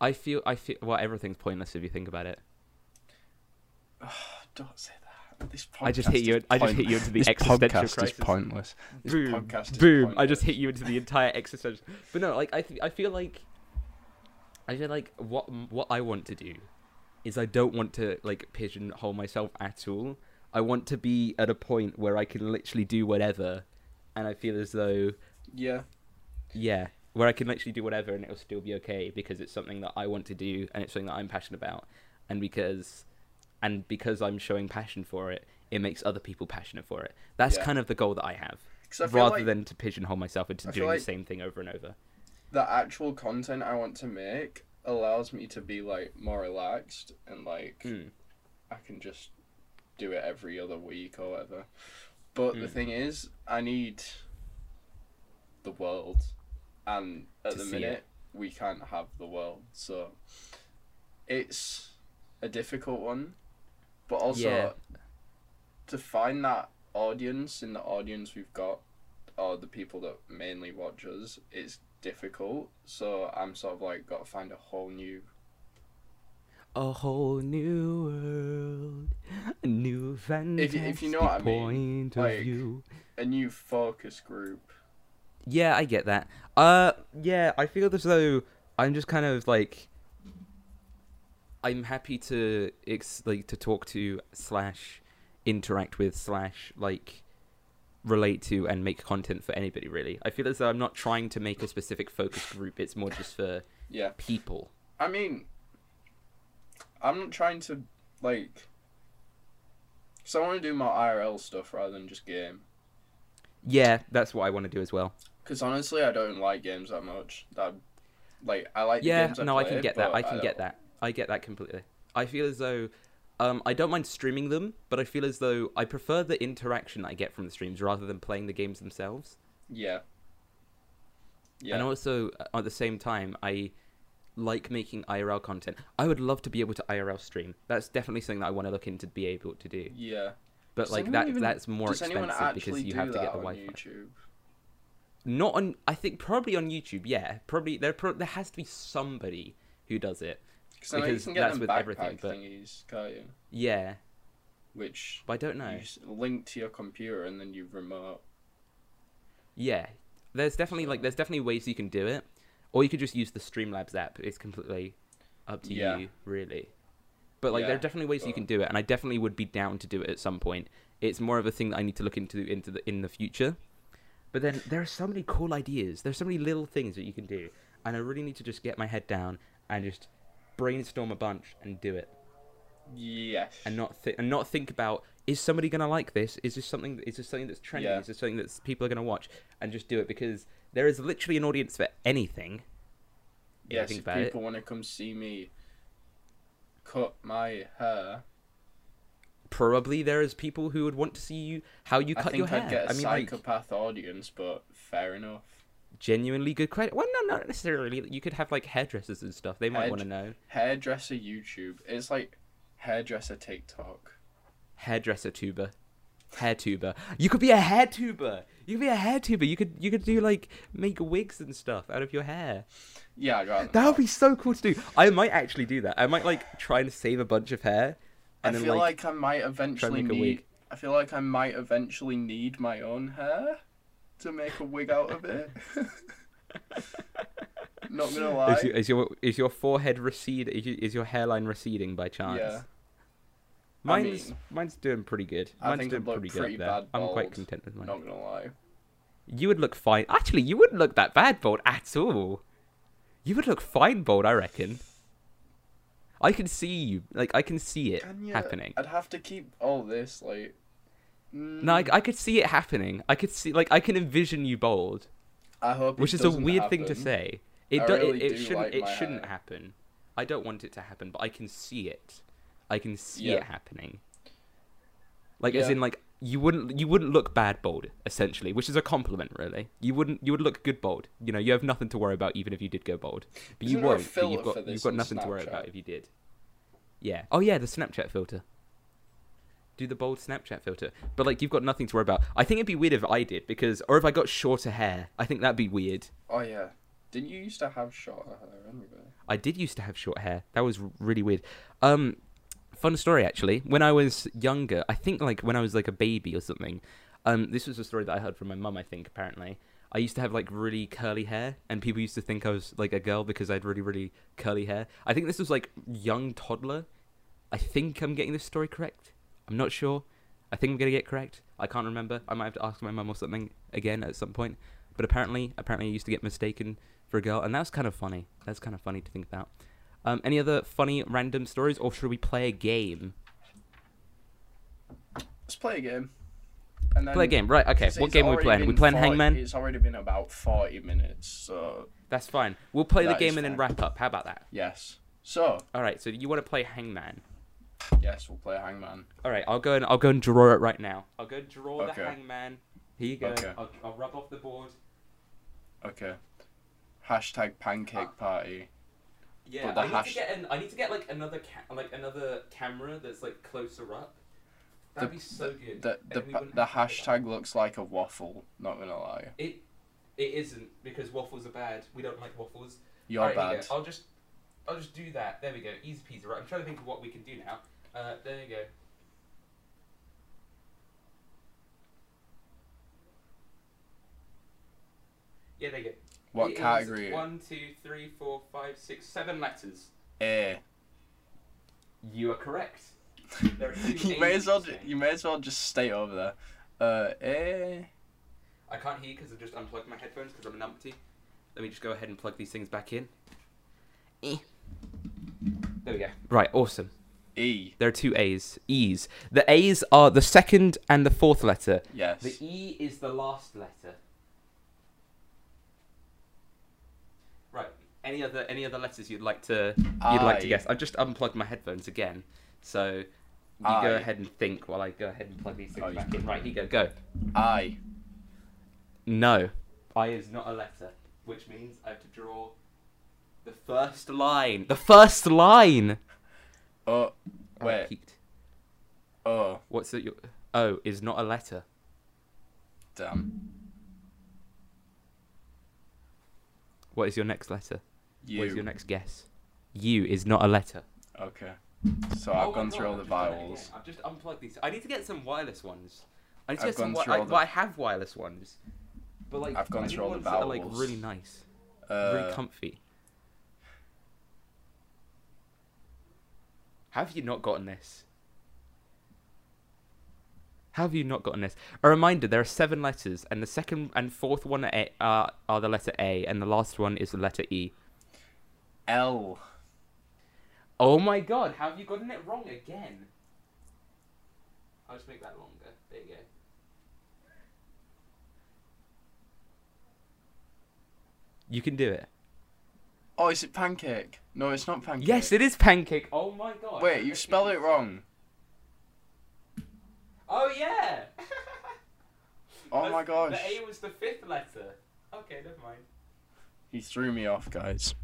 [SPEAKER 1] I feel I feel well everything's pointless if you think about it.
[SPEAKER 2] Don't say that. This podcast
[SPEAKER 1] I just hit you
[SPEAKER 2] Is
[SPEAKER 1] I just
[SPEAKER 2] pointless.
[SPEAKER 1] hit you into the
[SPEAKER 2] this
[SPEAKER 1] existential
[SPEAKER 2] podcast
[SPEAKER 1] crisis.
[SPEAKER 2] is pointless. This
[SPEAKER 1] boom.
[SPEAKER 2] podcast is
[SPEAKER 1] boom.
[SPEAKER 2] pointless.
[SPEAKER 1] I just hit you into the entire existential. But no, like I th- I feel like I feel like what what I want to do is I don't want to like pigeonhole myself at all. I want to be at a point where I can literally do whatever and I feel as though
[SPEAKER 2] Yeah,
[SPEAKER 1] yeah, where I can literally do whatever and it'll still be okay because it's something that I want to do and it's something that I'm passionate about, and because and because I'm showing passion for it, it makes other people passionate for it. That's
[SPEAKER 2] Yeah.
[SPEAKER 1] kind of the goal that I have,
[SPEAKER 2] 'Cause I feel
[SPEAKER 1] rather
[SPEAKER 2] like-
[SPEAKER 1] than to pigeonhole myself into
[SPEAKER 2] I feel
[SPEAKER 1] doing
[SPEAKER 2] like-
[SPEAKER 1] the same thing over and over.
[SPEAKER 2] the actual content I want to make allows me to be like more relaxed and like
[SPEAKER 1] Mm.
[SPEAKER 2] I can just do it every other week or whatever. But
[SPEAKER 1] Hmm.
[SPEAKER 2] the thing is, I need the world, and at
[SPEAKER 1] To
[SPEAKER 2] the
[SPEAKER 1] see
[SPEAKER 2] minute
[SPEAKER 1] it.
[SPEAKER 2] we can't have the world, so it's a difficult one. But also
[SPEAKER 1] Yeah.
[SPEAKER 2] to find that audience in the audience we've got are the people that mainly watch us is difficult. So I'm sort of like got to find a whole new
[SPEAKER 1] A whole new world, a new
[SPEAKER 2] If
[SPEAKER 1] fantastic
[SPEAKER 2] you- if you know what I mean,
[SPEAKER 1] point
[SPEAKER 2] like-
[SPEAKER 1] of view.
[SPEAKER 2] a new focus group.
[SPEAKER 1] Yeah, I get that. Uh, yeah, I feel as though I'm just kind of like I'm happy to ex- like to talk to slash interact with slash like relate to and make content for anybody really. I feel as though I'm not trying to make a specific focus group. It's more just for
[SPEAKER 2] Yeah.
[SPEAKER 1] people.
[SPEAKER 2] I mean, I'm not trying to like. So I want to do more IRL stuff rather than just game.
[SPEAKER 1] Yeah, that's what I want to do as well.
[SPEAKER 2] Because honestly, I don't like games that much. That like I like. the
[SPEAKER 1] yeah,
[SPEAKER 2] games
[SPEAKER 1] no, I can
[SPEAKER 2] play,
[SPEAKER 1] get that.
[SPEAKER 2] but
[SPEAKER 1] I can get
[SPEAKER 2] don't-
[SPEAKER 1] that. I get that completely. I feel as though um, I don't mind streaming them, but I feel as though I prefer the interaction I get from the streams rather than playing the games themselves.
[SPEAKER 2] Yeah. Yeah.
[SPEAKER 1] And also, uh, at the same time, I like making IRL content. I would love to be able to IRL stream. That's definitely something that I want to look into, be able to do.
[SPEAKER 2] yeah.
[SPEAKER 1] But
[SPEAKER 2] Does
[SPEAKER 1] like
[SPEAKER 2] anyone
[SPEAKER 1] that,
[SPEAKER 2] even-
[SPEAKER 1] that's more
[SPEAKER 2] Does anyone
[SPEAKER 1] expensive
[SPEAKER 2] actually
[SPEAKER 1] because you
[SPEAKER 2] do
[SPEAKER 1] have to
[SPEAKER 2] that
[SPEAKER 1] get the
[SPEAKER 2] on
[SPEAKER 1] Wi-Fi.
[SPEAKER 2] YouTube?
[SPEAKER 1] Not on. I think probably on YouTube. Yeah, probably there. Pro- there has to be somebody who does it.
[SPEAKER 2] Because I know you
[SPEAKER 1] Because
[SPEAKER 2] can get
[SPEAKER 1] that's
[SPEAKER 2] them
[SPEAKER 1] with
[SPEAKER 2] backpack
[SPEAKER 1] everything, but-
[SPEAKER 2] thingies, can't you?
[SPEAKER 1] Yeah,
[SPEAKER 2] Which
[SPEAKER 1] but I don't know.
[SPEAKER 2] you s- link to your computer and then you remote.
[SPEAKER 1] Yeah, there's definitely like
[SPEAKER 2] So-
[SPEAKER 1] there's definitely ways you can do it, or you could just use the Streamlabs app. It's completely up to
[SPEAKER 2] Yeah.
[SPEAKER 1] you, really. But like there are
[SPEAKER 2] Yeah,
[SPEAKER 1] definitely ways you
[SPEAKER 2] but-
[SPEAKER 1] can do it, and I definitely would be down to do it at some point. It's more of a thing that I need to look into into the in the future. But then there are so many cool ideas. There's so many little things that you can do, and I really need to just get my head down and just brainstorm a bunch and do it,
[SPEAKER 2] Yes.
[SPEAKER 1] and not thi- and not think about is somebody gonna like this? Is this something? Is this something that's trending?
[SPEAKER 2] Yeah.
[SPEAKER 1] Is this something that people are gonna watch? And just do it because there is literally an audience for anything. if you
[SPEAKER 2] Yes,
[SPEAKER 1] think
[SPEAKER 2] if
[SPEAKER 1] about it.
[SPEAKER 2] people want to come see me cut my hair,
[SPEAKER 1] Probably there is people who would want to see you how you
[SPEAKER 2] I
[SPEAKER 1] cut
[SPEAKER 2] think
[SPEAKER 1] your
[SPEAKER 2] I'd
[SPEAKER 1] hair.
[SPEAKER 2] get a
[SPEAKER 1] I mean, like,
[SPEAKER 2] psychopath audience, but fair enough.
[SPEAKER 1] genuinely good credit. Well, no, not necessarily. You could have like hairdressers and stuff. They might
[SPEAKER 2] Hair-
[SPEAKER 1] want to know.
[SPEAKER 2] Hairdresser YouTube. It's like hairdresser TikTok.
[SPEAKER 1] Hairdresser tuber, hair tuber. You could be a hair tuber. You could be a hair tuber. You could you could do like make wigs and stuff out of your hair.
[SPEAKER 2] Yeah, I'd rather.
[SPEAKER 1] That
[SPEAKER 2] not.
[SPEAKER 1] would be so cool to do. I might actually do that. I might like try and save a bunch of hair,
[SPEAKER 2] I
[SPEAKER 1] and then
[SPEAKER 2] feel
[SPEAKER 1] like,
[SPEAKER 2] like, I might eventually
[SPEAKER 1] make a
[SPEAKER 2] need.
[SPEAKER 1] wig.
[SPEAKER 2] I feel like I might eventually need my own hair to make a wig out of it. Not gonna lie.
[SPEAKER 1] is, you, is your is your forehead recede? Is, you, is your hairline receding by chance?
[SPEAKER 2] Yeah. I
[SPEAKER 1] Mine's
[SPEAKER 2] mean-
[SPEAKER 1] mine's doing pretty good.
[SPEAKER 2] I
[SPEAKER 1] Mine's
[SPEAKER 2] think
[SPEAKER 1] doing
[SPEAKER 2] I'd look
[SPEAKER 1] pretty good. up
[SPEAKER 2] pretty
[SPEAKER 1] there.
[SPEAKER 2] bad
[SPEAKER 1] I'm quite
[SPEAKER 2] bald.
[SPEAKER 1] content with mine.
[SPEAKER 2] Not gonna lie.
[SPEAKER 1] You would look fine. Actually, you wouldn't look that bad bald at all. You would look fine bald, I reckon. I can see you. Like I can see it
[SPEAKER 2] And yeah,
[SPEAKER 1] happening.
[SPEAKER 2] I'd have to keep all this like. mm,
[SPEAKER 1] No, I, I could see it happening. I could see like I can envision you bald.
[SPEAKER 2] I hope. it
[SPEAKER 1] which is a
[SPEAKER 2] doesn't
[SPEAKER 1] weird thing to
[SPEAKER 2] happen.
[SPEAKER 1] say. It
[SPEAKER 2] I
[SPEAKER 1] do,
[SPEAKER 2] really
[SPEAKER 1] it, it
[SPEAKER 2] do
[SPEAKER 1] shouldn't
[SPEAKER 2] like
[SPEAKER 1] it
[SPEAKER 2] my
[SPEAKER 1] shouldn't
[SPEAKER 2] hair.
[SPEAKER 1] happen. I don't want it to happen, but I can see it. I can see
[SPEAKER 2] Yeah.
[SPEAKER 1] it happening. Like as
[SPEAKER 2] Yeah.
[SPEAKER 1] in like you wouldn't you wouldn't look bad bald essentially, which is a compliment really. You wouldn't you would look good bald. You know, you have nothing to worry about even if you did go bald. But
[SPEAKER 2] Isn't
[SPEAKER 1] you
[SPEAKER 2] there a
[SPEAKER 1] won't. But
[SPEAKER 2] filter
[SPEAKER 1] you've
[SPEAKER 2] for
[SPEAKER 1] got you've
[SPEAKER 2] this
[SPEAKER 1] got
[SPEAKER 2] on
[SPEAKER 1] nothing to worry about
[SPEAKER 2] Snapchat?
[SPEAKER 1] if you did. Yeah. Oh yeah, the Snapchat filter. Do the bold Snapchat filter. But like you've got nothing to worry about. I think it'd be weird if I did because or if I got shorter hair. I think that'd be weird.
[SPEAKER 2] Oh yeah. Didn't you used to have shorter hair anyway?
[SPEAKER 1] I did used to have short hair. That was really weird. Um, fun story actually. When I was younger, I think like when I was like a baby or something. Um, this was a story that I heard from my mum. I think apparently I used to have like really curly hair, and people used to think I was like a girl because I had really really curly hair. I think this was like young toddler. I think I'm getting this story correct. I'm not sure. I think I'm gonna get correct. I can't remember. I might have to ask my mum or something again at some point. But apparently, apparently, I used to get mistaken for a girl, and that's kind of funny. That's kind of funny to think about. Um, any other funny random stories, or should we play a game?
[SPEAKER 2] let's play a game. And then,
[SPEAKER 1] Play a game, right? Okay,
[SPEAKER 2] Um, It's-
[SPEAKER 1] what
[SPEAKER 2] it's
[SPEAKER 1] game are we
[SPEAKER 2] already
[SPEAKER 1] playing? We
[SPEAKER 2] been
[SPEAKER 1] playing
[SPEAKER 2] 40
[SPEAKER 1] Hangman?
[SPEAKER 2] It's already been about 40 minutes, so
[SPEAKER 1] That's fine. We'll play the
[SPEAKER 2] That is
[SPEAKER 1] game and then
[SPEAKER 2] fine.
[SPEAKER 1] wrap up. How about that?
[SPEAKER 2] yes. So,
[SPEAKER 1] All right. So you want to play Hangman?
[SPEAKER 2] yes, we'll play Hangman.
[SPEAKER 1] All right. I'll go and I'll go and draw it right now. I'll go and draw
[SPEAKER 2] Okay.
[SPEAKER 1] the Hangman. Here you go.
[SPEAKER 2] Okay.
[SPEAKER 1] I'll, I'll rub off the board.
[SPEAKER 2] Okay. Hashtag pancake party.
[SPEAKER 1] Yeah,
[SPEAKER 2] But the
[SPEAKER 1] I need
[SPEAKER 2] hash-
[SPEAKER 1] to get an, I need to get like another ca- like another camera that's like closer up. That'd
[SPEAKER 2] The-
[SPEAKER 1] be so good.
[SPEAKER 2] The,
[SPEAKER 1] and
[SPEAKER 2] the,
[SPEAKER 1] we
[SPEAKER 2] pa-
[SPEAKER 1] wouldn't
[SPEAKER 2] the
[SPEAKER 1] have to do that.
[SPEAKER 2] hashtag looks like a waffle, not gonna lie.
[SPEAKER 1] It it isn't because waffles are bad. We don't like waffles.
[SPEAKER 2] You're
[SPEAKER 1] Alright, here you
[SPEAKER 2] bad.
[SPEAKER 1] go. I'll just I'll just do that. There we go. Easy peasy. Right. I'm trying to think of what we can do now. Uh, there you go. Yeah, there you go.
[SPEAKER 2] What
[SPEAKER 1] It is
[SPEAKER 2] category?
[SPEAKER 1] One, two, three, four, five, six, seven letters.
[SPEAKER 2] A.
[SPEAKER 1] You are correct. There are two
[SPEAKER 2] you may
[SPEAKER 1] A's
[SPEAKER 2] as well.
[SPEAKER 1] in
[SPEAKER 2] ju-
[SPEAKER 1] this
[SPEAKER 2] You may as well just stay over there. Uh, A.
[SPEAKER 1] I can't hear because I just unplugged my headphones because I'm an umpty. Let me just go ahead and plug these things back in. Eh. There we go. Right, awesome.
[SPEAKER 2] E.
[SPEAKER 1] There are two A's. E's. The A's are the second and the fourth letter.
[SPEAKER 2] Yes.
[SPEAKER 1] The E is the last letter. Right. Any other any other letters you'd like to you'd like to
[SPEAKER 2] I.
[SPEAKER 1] guess? I've just unplugged my headphones again, so you
[SPEAKER 2] I.
[SPEAKER 1] go ahead and think while I go ahead and plug these things
[SPEAKER 2] Oh, you
[SPEAKER 1] back
[SPEAKER 2] can.
[SPEAKER 1] in. Right, here you go. Go.
[SPEAKER 2] I.
[SPEAKER 1] No. I is not a letter, which means I have to draw the first line. The first line.
[SPEAKER 2] Oh.
[SPEAKER 1] I
[SPEAKER 2] Wait.
[SPEAKER 1] peeked.
[SPEAKER 2] Oh.
[SPEAKER 1] What's the your O is not a letter.
[SPEAKER 2] Damn.
[SPEAKER 1] What is your next letter?
[SPEAKER 2] You.
[SPEAKER 1] What is your next guess? U is not a letter.
[SPEAKER 2] Okay. So
[SPEAKER 1] Oh,
[SPEAKER 2] I've gone through all the vowels.
[SPEAKER 1] I've just unplugged these. I need to get some wireless ones. I need to
[SPEAKER 2] I've
[SPEAKER 1] get some.
[SPEAKER 2] gone
[SPEAKER 1] Wi-
[SPEAKER 2] through
[SPEAKER 1] I,
[SPEAKER 2] all the-
[SPEAKER 1] well, I have wireless ones, but like
[SPEAKER 2] I've gone
[SPEAKER 1] I need
[SPEAKER 2] through all the
[SPEAKER 1] ones that are, like
[SPEAKER 2] vowels.
[SPEAKER 1] really nice, really
[SPEAKER 2] Uh,
[SPEAKER 1] comfy. Have you not gotten this? Have you not gotten this? A reminder: there are seven letters, and the second and fourth one are, A- are, are the letter A, and the last one is the letter E.
[SPEAKER 2] L.
[SPEAKER 1] Oh my god, how have you gotten it wrong again? I'll just make that longer. There you go. You can do it.
[SPEAKER 2] Oh, is it pancake? No, it's not pancake.
[SPEAKER 1] Yes, it is pancake. Oh my god.
[SPEAKER 2] Wait, you spelled it wrong.
[SPEAKER 1] Oh yeah.
[SPEAKER 2] Oh my gosh.
[SPEAKER 1] The A was the fifth letter. Okay, never mind.
[SPEAKER 2] He threw me off, guys.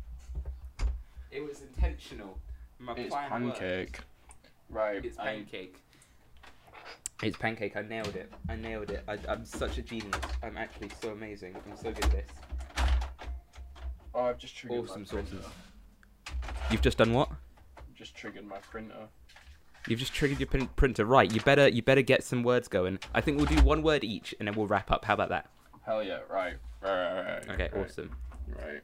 [SPEAKER 1] It was intentional. My
[SPEAKER 2] It's
[SPEAKER 1] plan
[SPEAKER 2] pancake. Right.
[SPEAKER 1] worked. It's
[SPEAKER 2] I-
[SPEAKER 1] pancake. It's pancake. I nailed it. I nailed it. I, I'm such a genius. I'm actually so amazing. I'm so good at this.
[SPEAKER 2] Oh, I've just triggered
[SPEAKER 1] Awesome
[SPEAKER 2] my printer.
[SPEAKER 1] sources. You've just done what?
[SPEAKER 2] Just triggered my printer.
[SPEAKER 1] You've just triggered your prin- printer. Right, you better you better get some words going. I think we'll do one word each and then we'll wrap up. How about that?
[SPEAKER 2] Hell yeah! Right. Right. Right. right,
[SPEAKER 1] Okay,
[SPEAKER 2] right,
[SPEAKER 1] awesome.
[SPEAKER 2] Right.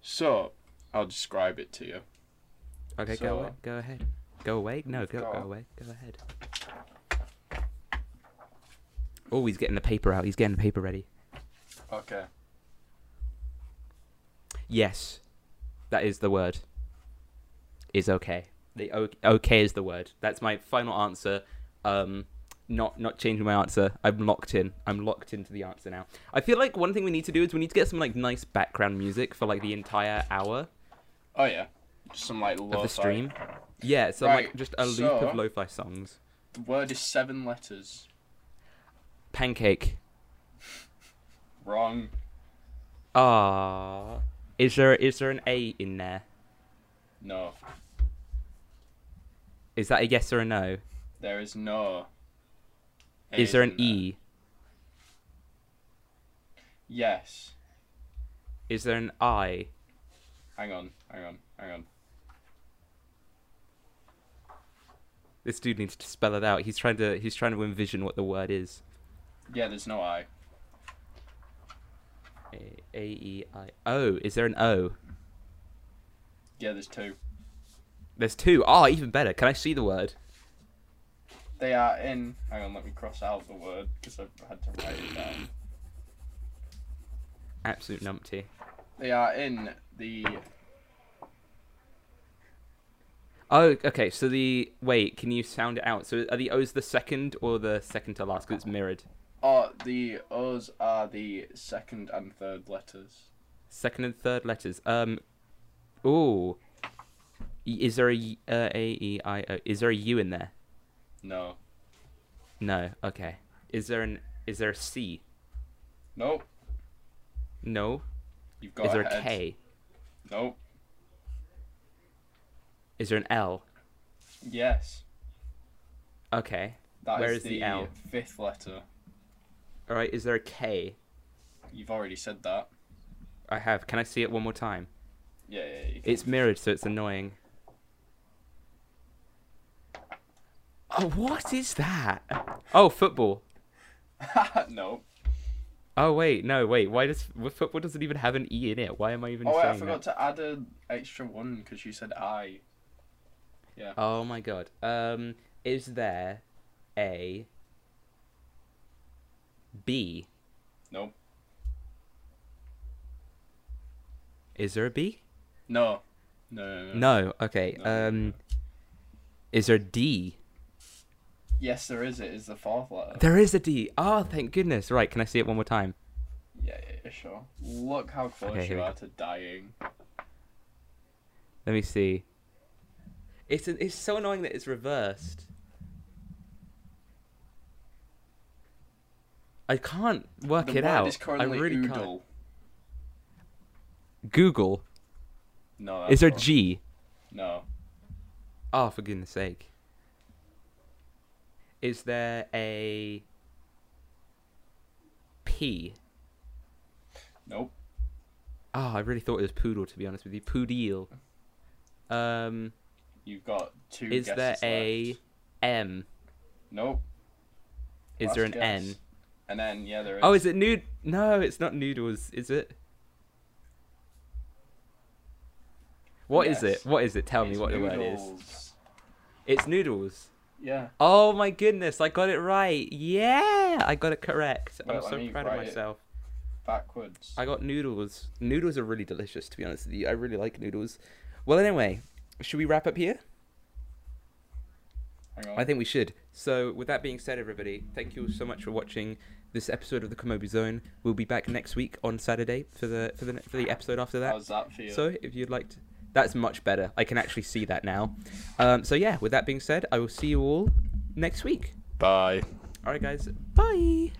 [SPEAKER 2] So, I'll describe it to you.
[SPEAKER 1] Okay,
[SPEAKER 2] So-
[SPEAKER 1] go away. Go ahead. Go away? No, go, go
[SPEAKER 2] got-
[SPEAKER 1] away. Go ahead. Oh, he's getting the paper out. He's getting the paper ready.
[SPEAKER 2] Okay.
[SPEAKER 1] Yes. That is the word. Is okay. The o- okay is the word. That's my final answer. Um not not changing my answer. I'm locked in. I'm locked into the answer now. I feel like one thing we need to do is we need to get some like nice background music for like the entire hour
[SPEAKER 2] Oh yeah. Just some like
[SPEAKER 1] of
[SPEAKER 2] lo-fi.
[SPEAKER 1] the stream. Yeah, so like
[SPEAKER 2] Right,
[SPEAKER 1] just a loop
[SPEAKER 2] so-
[SPEAKER 1] of lo-fi songs.
[SPEAKER 2] The word is seven letters.
[SPEAKER 1] Pancake.
[SPEAKER 2] Wrong.
[SPEAKER 1] Ah. Is there is there an A in there?
[SPEAKER 2] No.
[SPEAKER 1] Is that a yes or a no?
[SPEAKER 2] There is no.
[SPEAKER 1] Is there an
[SPEAKER 2] in
[SPEAKER 1] E?
[SPEAKER 2] Yes.
[SPEAKER 1] Is there an I?
[SPEAKER 2] Hang on. Hang on. Hang on.
[SPEAKER 1] This dude needs to spell it out. He's trying to he's trying to envision what the word is.
[SPEAKER 2] Yeah, there's no I.
[SPEAKER 1] A A E I O. Is there an O?
[SPEAKER 2] Yeah, there's two.
[SPEAKER 1] There's two. Ah, even better. Can I see the word?
[SPEAKER 2] They are in. Hang on, let me cross out the word because I've had to write it down.
[SPEAKER 1] Absolute numpty.
[SPEAKER 2] They are in the
[SPEAKER 1] Oh, okay. So the wait, can you sound it out? So are the O's the second or the second to last? 'Cause it's mirrored.
[SPEAKER 2] Uh, the O's are the second and third letters.
[SPEAKER 1] Second and third letters. Um, ooh, Y- is there a y- uh, a e i o? Is there a u in there?
[SPEAKER 2] No.
[SPEAKER 1] No. Okay. Is there an is there a c?
[SPEAKER 2] Nope.
[SPEAKER 1] No.
[SPEAKER 2] You've got
[SPEAKER 1] is there
[SPEAKER 2] head.
[SPEAKER 1] a k?
[SPEAKER 2] Nope.
[SPEAKER 1] Is there an l?
[SPEAKER 2] Yes.
[SPEAKER 1] Okay.
[SPEAKER 2] That is
[SPEAKER 1] Where is the L?
[SPEAKER 2] fifth letter.
[SPEAKER 1] All right. Is there a k?
[SPEAKER 2] You've already said that.
[SPEAKER 1] I have. Can I see it one more time?
[SPEAKER 2] Yeah, yeah, yeah.
[SPEAKER 1] It's mirrored, so it's annoying. Oh, what is that? Oh, football.
[SPEAKER 2] no.
[SPEAKER 1] Oh wait, no, wait. Why does well, football doesn't even have an e in it? Why am I even
[SPEAKER 2] Oh, wait,
[SPEAKER 1] saying
[SPEAKER 2] I forgot to add an extra one because you said I.
[SPEAKER 1] that? Oh my god. Um, is there a B?
[SPEAKER 2] Nope.
[SPEAKER 1] Is there a B?
[SPEAKER 2] No. No, no, no.
[SPEAKER 1] No. Okay.
[SPEAKER 2] No, no,
[SPEAKER 1] Um, is there a D?
[SPEAKER 2] Yes, there is. It is the fourth letter.
[SPEAKER 1] There is a D. Oh, thank goodness. Right. Can I see it one more time?
[SPEAKER 2] Yeah, yeah, yeah, sure. Look how close
[SPEAKER 1] Okay, here
[SPEAKER 2] you
[SPEAKER 1] we
[SPEAKER 2] are to dying.
[SPEAKER 1] Let me see. It's an, it's so annoying that it's reversed. I can't work
[SPEAKER 2] the
[SPEAKER 1] it
[SPEAKER 2] word
[SPEAKER 1] out.
[SPEAKER 2] is currently
[SPEAKER 1] I really can't.
[SPEAKER 2] oodle.
[SPEAKER 1] Google.
[SPEAKER 2] No.
[SPEAKER 1] Is
[SPEAKER 2] that's
[SPEAKER 1] there
[SPEAKER 2] wrong.
[SPEAKER 1] G?
[SPEAKER 2] No.
[SPEAKER 1] Oh, for goodness sake. Is there a P?
[SPEAKER 2] Nope.
[SPEAKER 1] Oh, I really thought it was poodle. To be honest with you, poodle. Um,
[SPEAKER 2] You've got two
[SPEAKER 1] is
[SPEAKER 2] guesses
[SPEAKER 1] there a
[SPEAKER 2] left.
[SPEAKER 1] M?
[SPEAKER 2] Nope.
[SPEAKER 1] Is
[SPEAKER 2] Last
[SPEAKER 1] there an
[SPEAKER 2] guess.
[SPEAKER 1] N?
[SPEAKER 2] An N, yeah, there is.
[SPEAKER 1] Oh, is it nude? No, it's not noodles, is it? What is
[SPEAKER 2] Yes.
[SPEAKER 1] it? What is it? Tell me
[SPEAKER 2] It's
[SPEAKER 1] what the word is.
[SPEAKER 2] noodles.
[SPEAKER 1] It's noodles.
[SPEAKER 2] Yeah.
[SPEAKER 1] Oh my goodness, I got it right. Yeah, I got it correct.
[SPEAKER 2] Wait,
[SPEAKER 1] I'm
[SPEAKER 2] let
[SPEAKER 1] so
[SPEAKER 2] me
[SPEAKER 1] proud of
[SPEAKER 2] write it.
[SPEAKER 1] myself.
[SPEAKER 2] Backwards.
[SPEAKER 1] I got noodles. Noodles are really delicious, to be honest with you. I really like noodles. Well, anyway, should we wrap up here?
[SPEAKER 2] Hang on.
[SPEAKER 1] I think we should. So, with that being said, everybody, thank you so much for watching this episode of the Komobi Zone. We'll be back next week on Saturday for the for the for the episode after that.
[SPEAKER 2] How's that for you?
[SPEAKER 1] So, if you'd like to, that's much better. I can actually see that now. Um, so yeah, with that being said, I will see you all next week.
[SPEAKER 2] Bye.
[SPEAKER 1] All right, guys. Bye.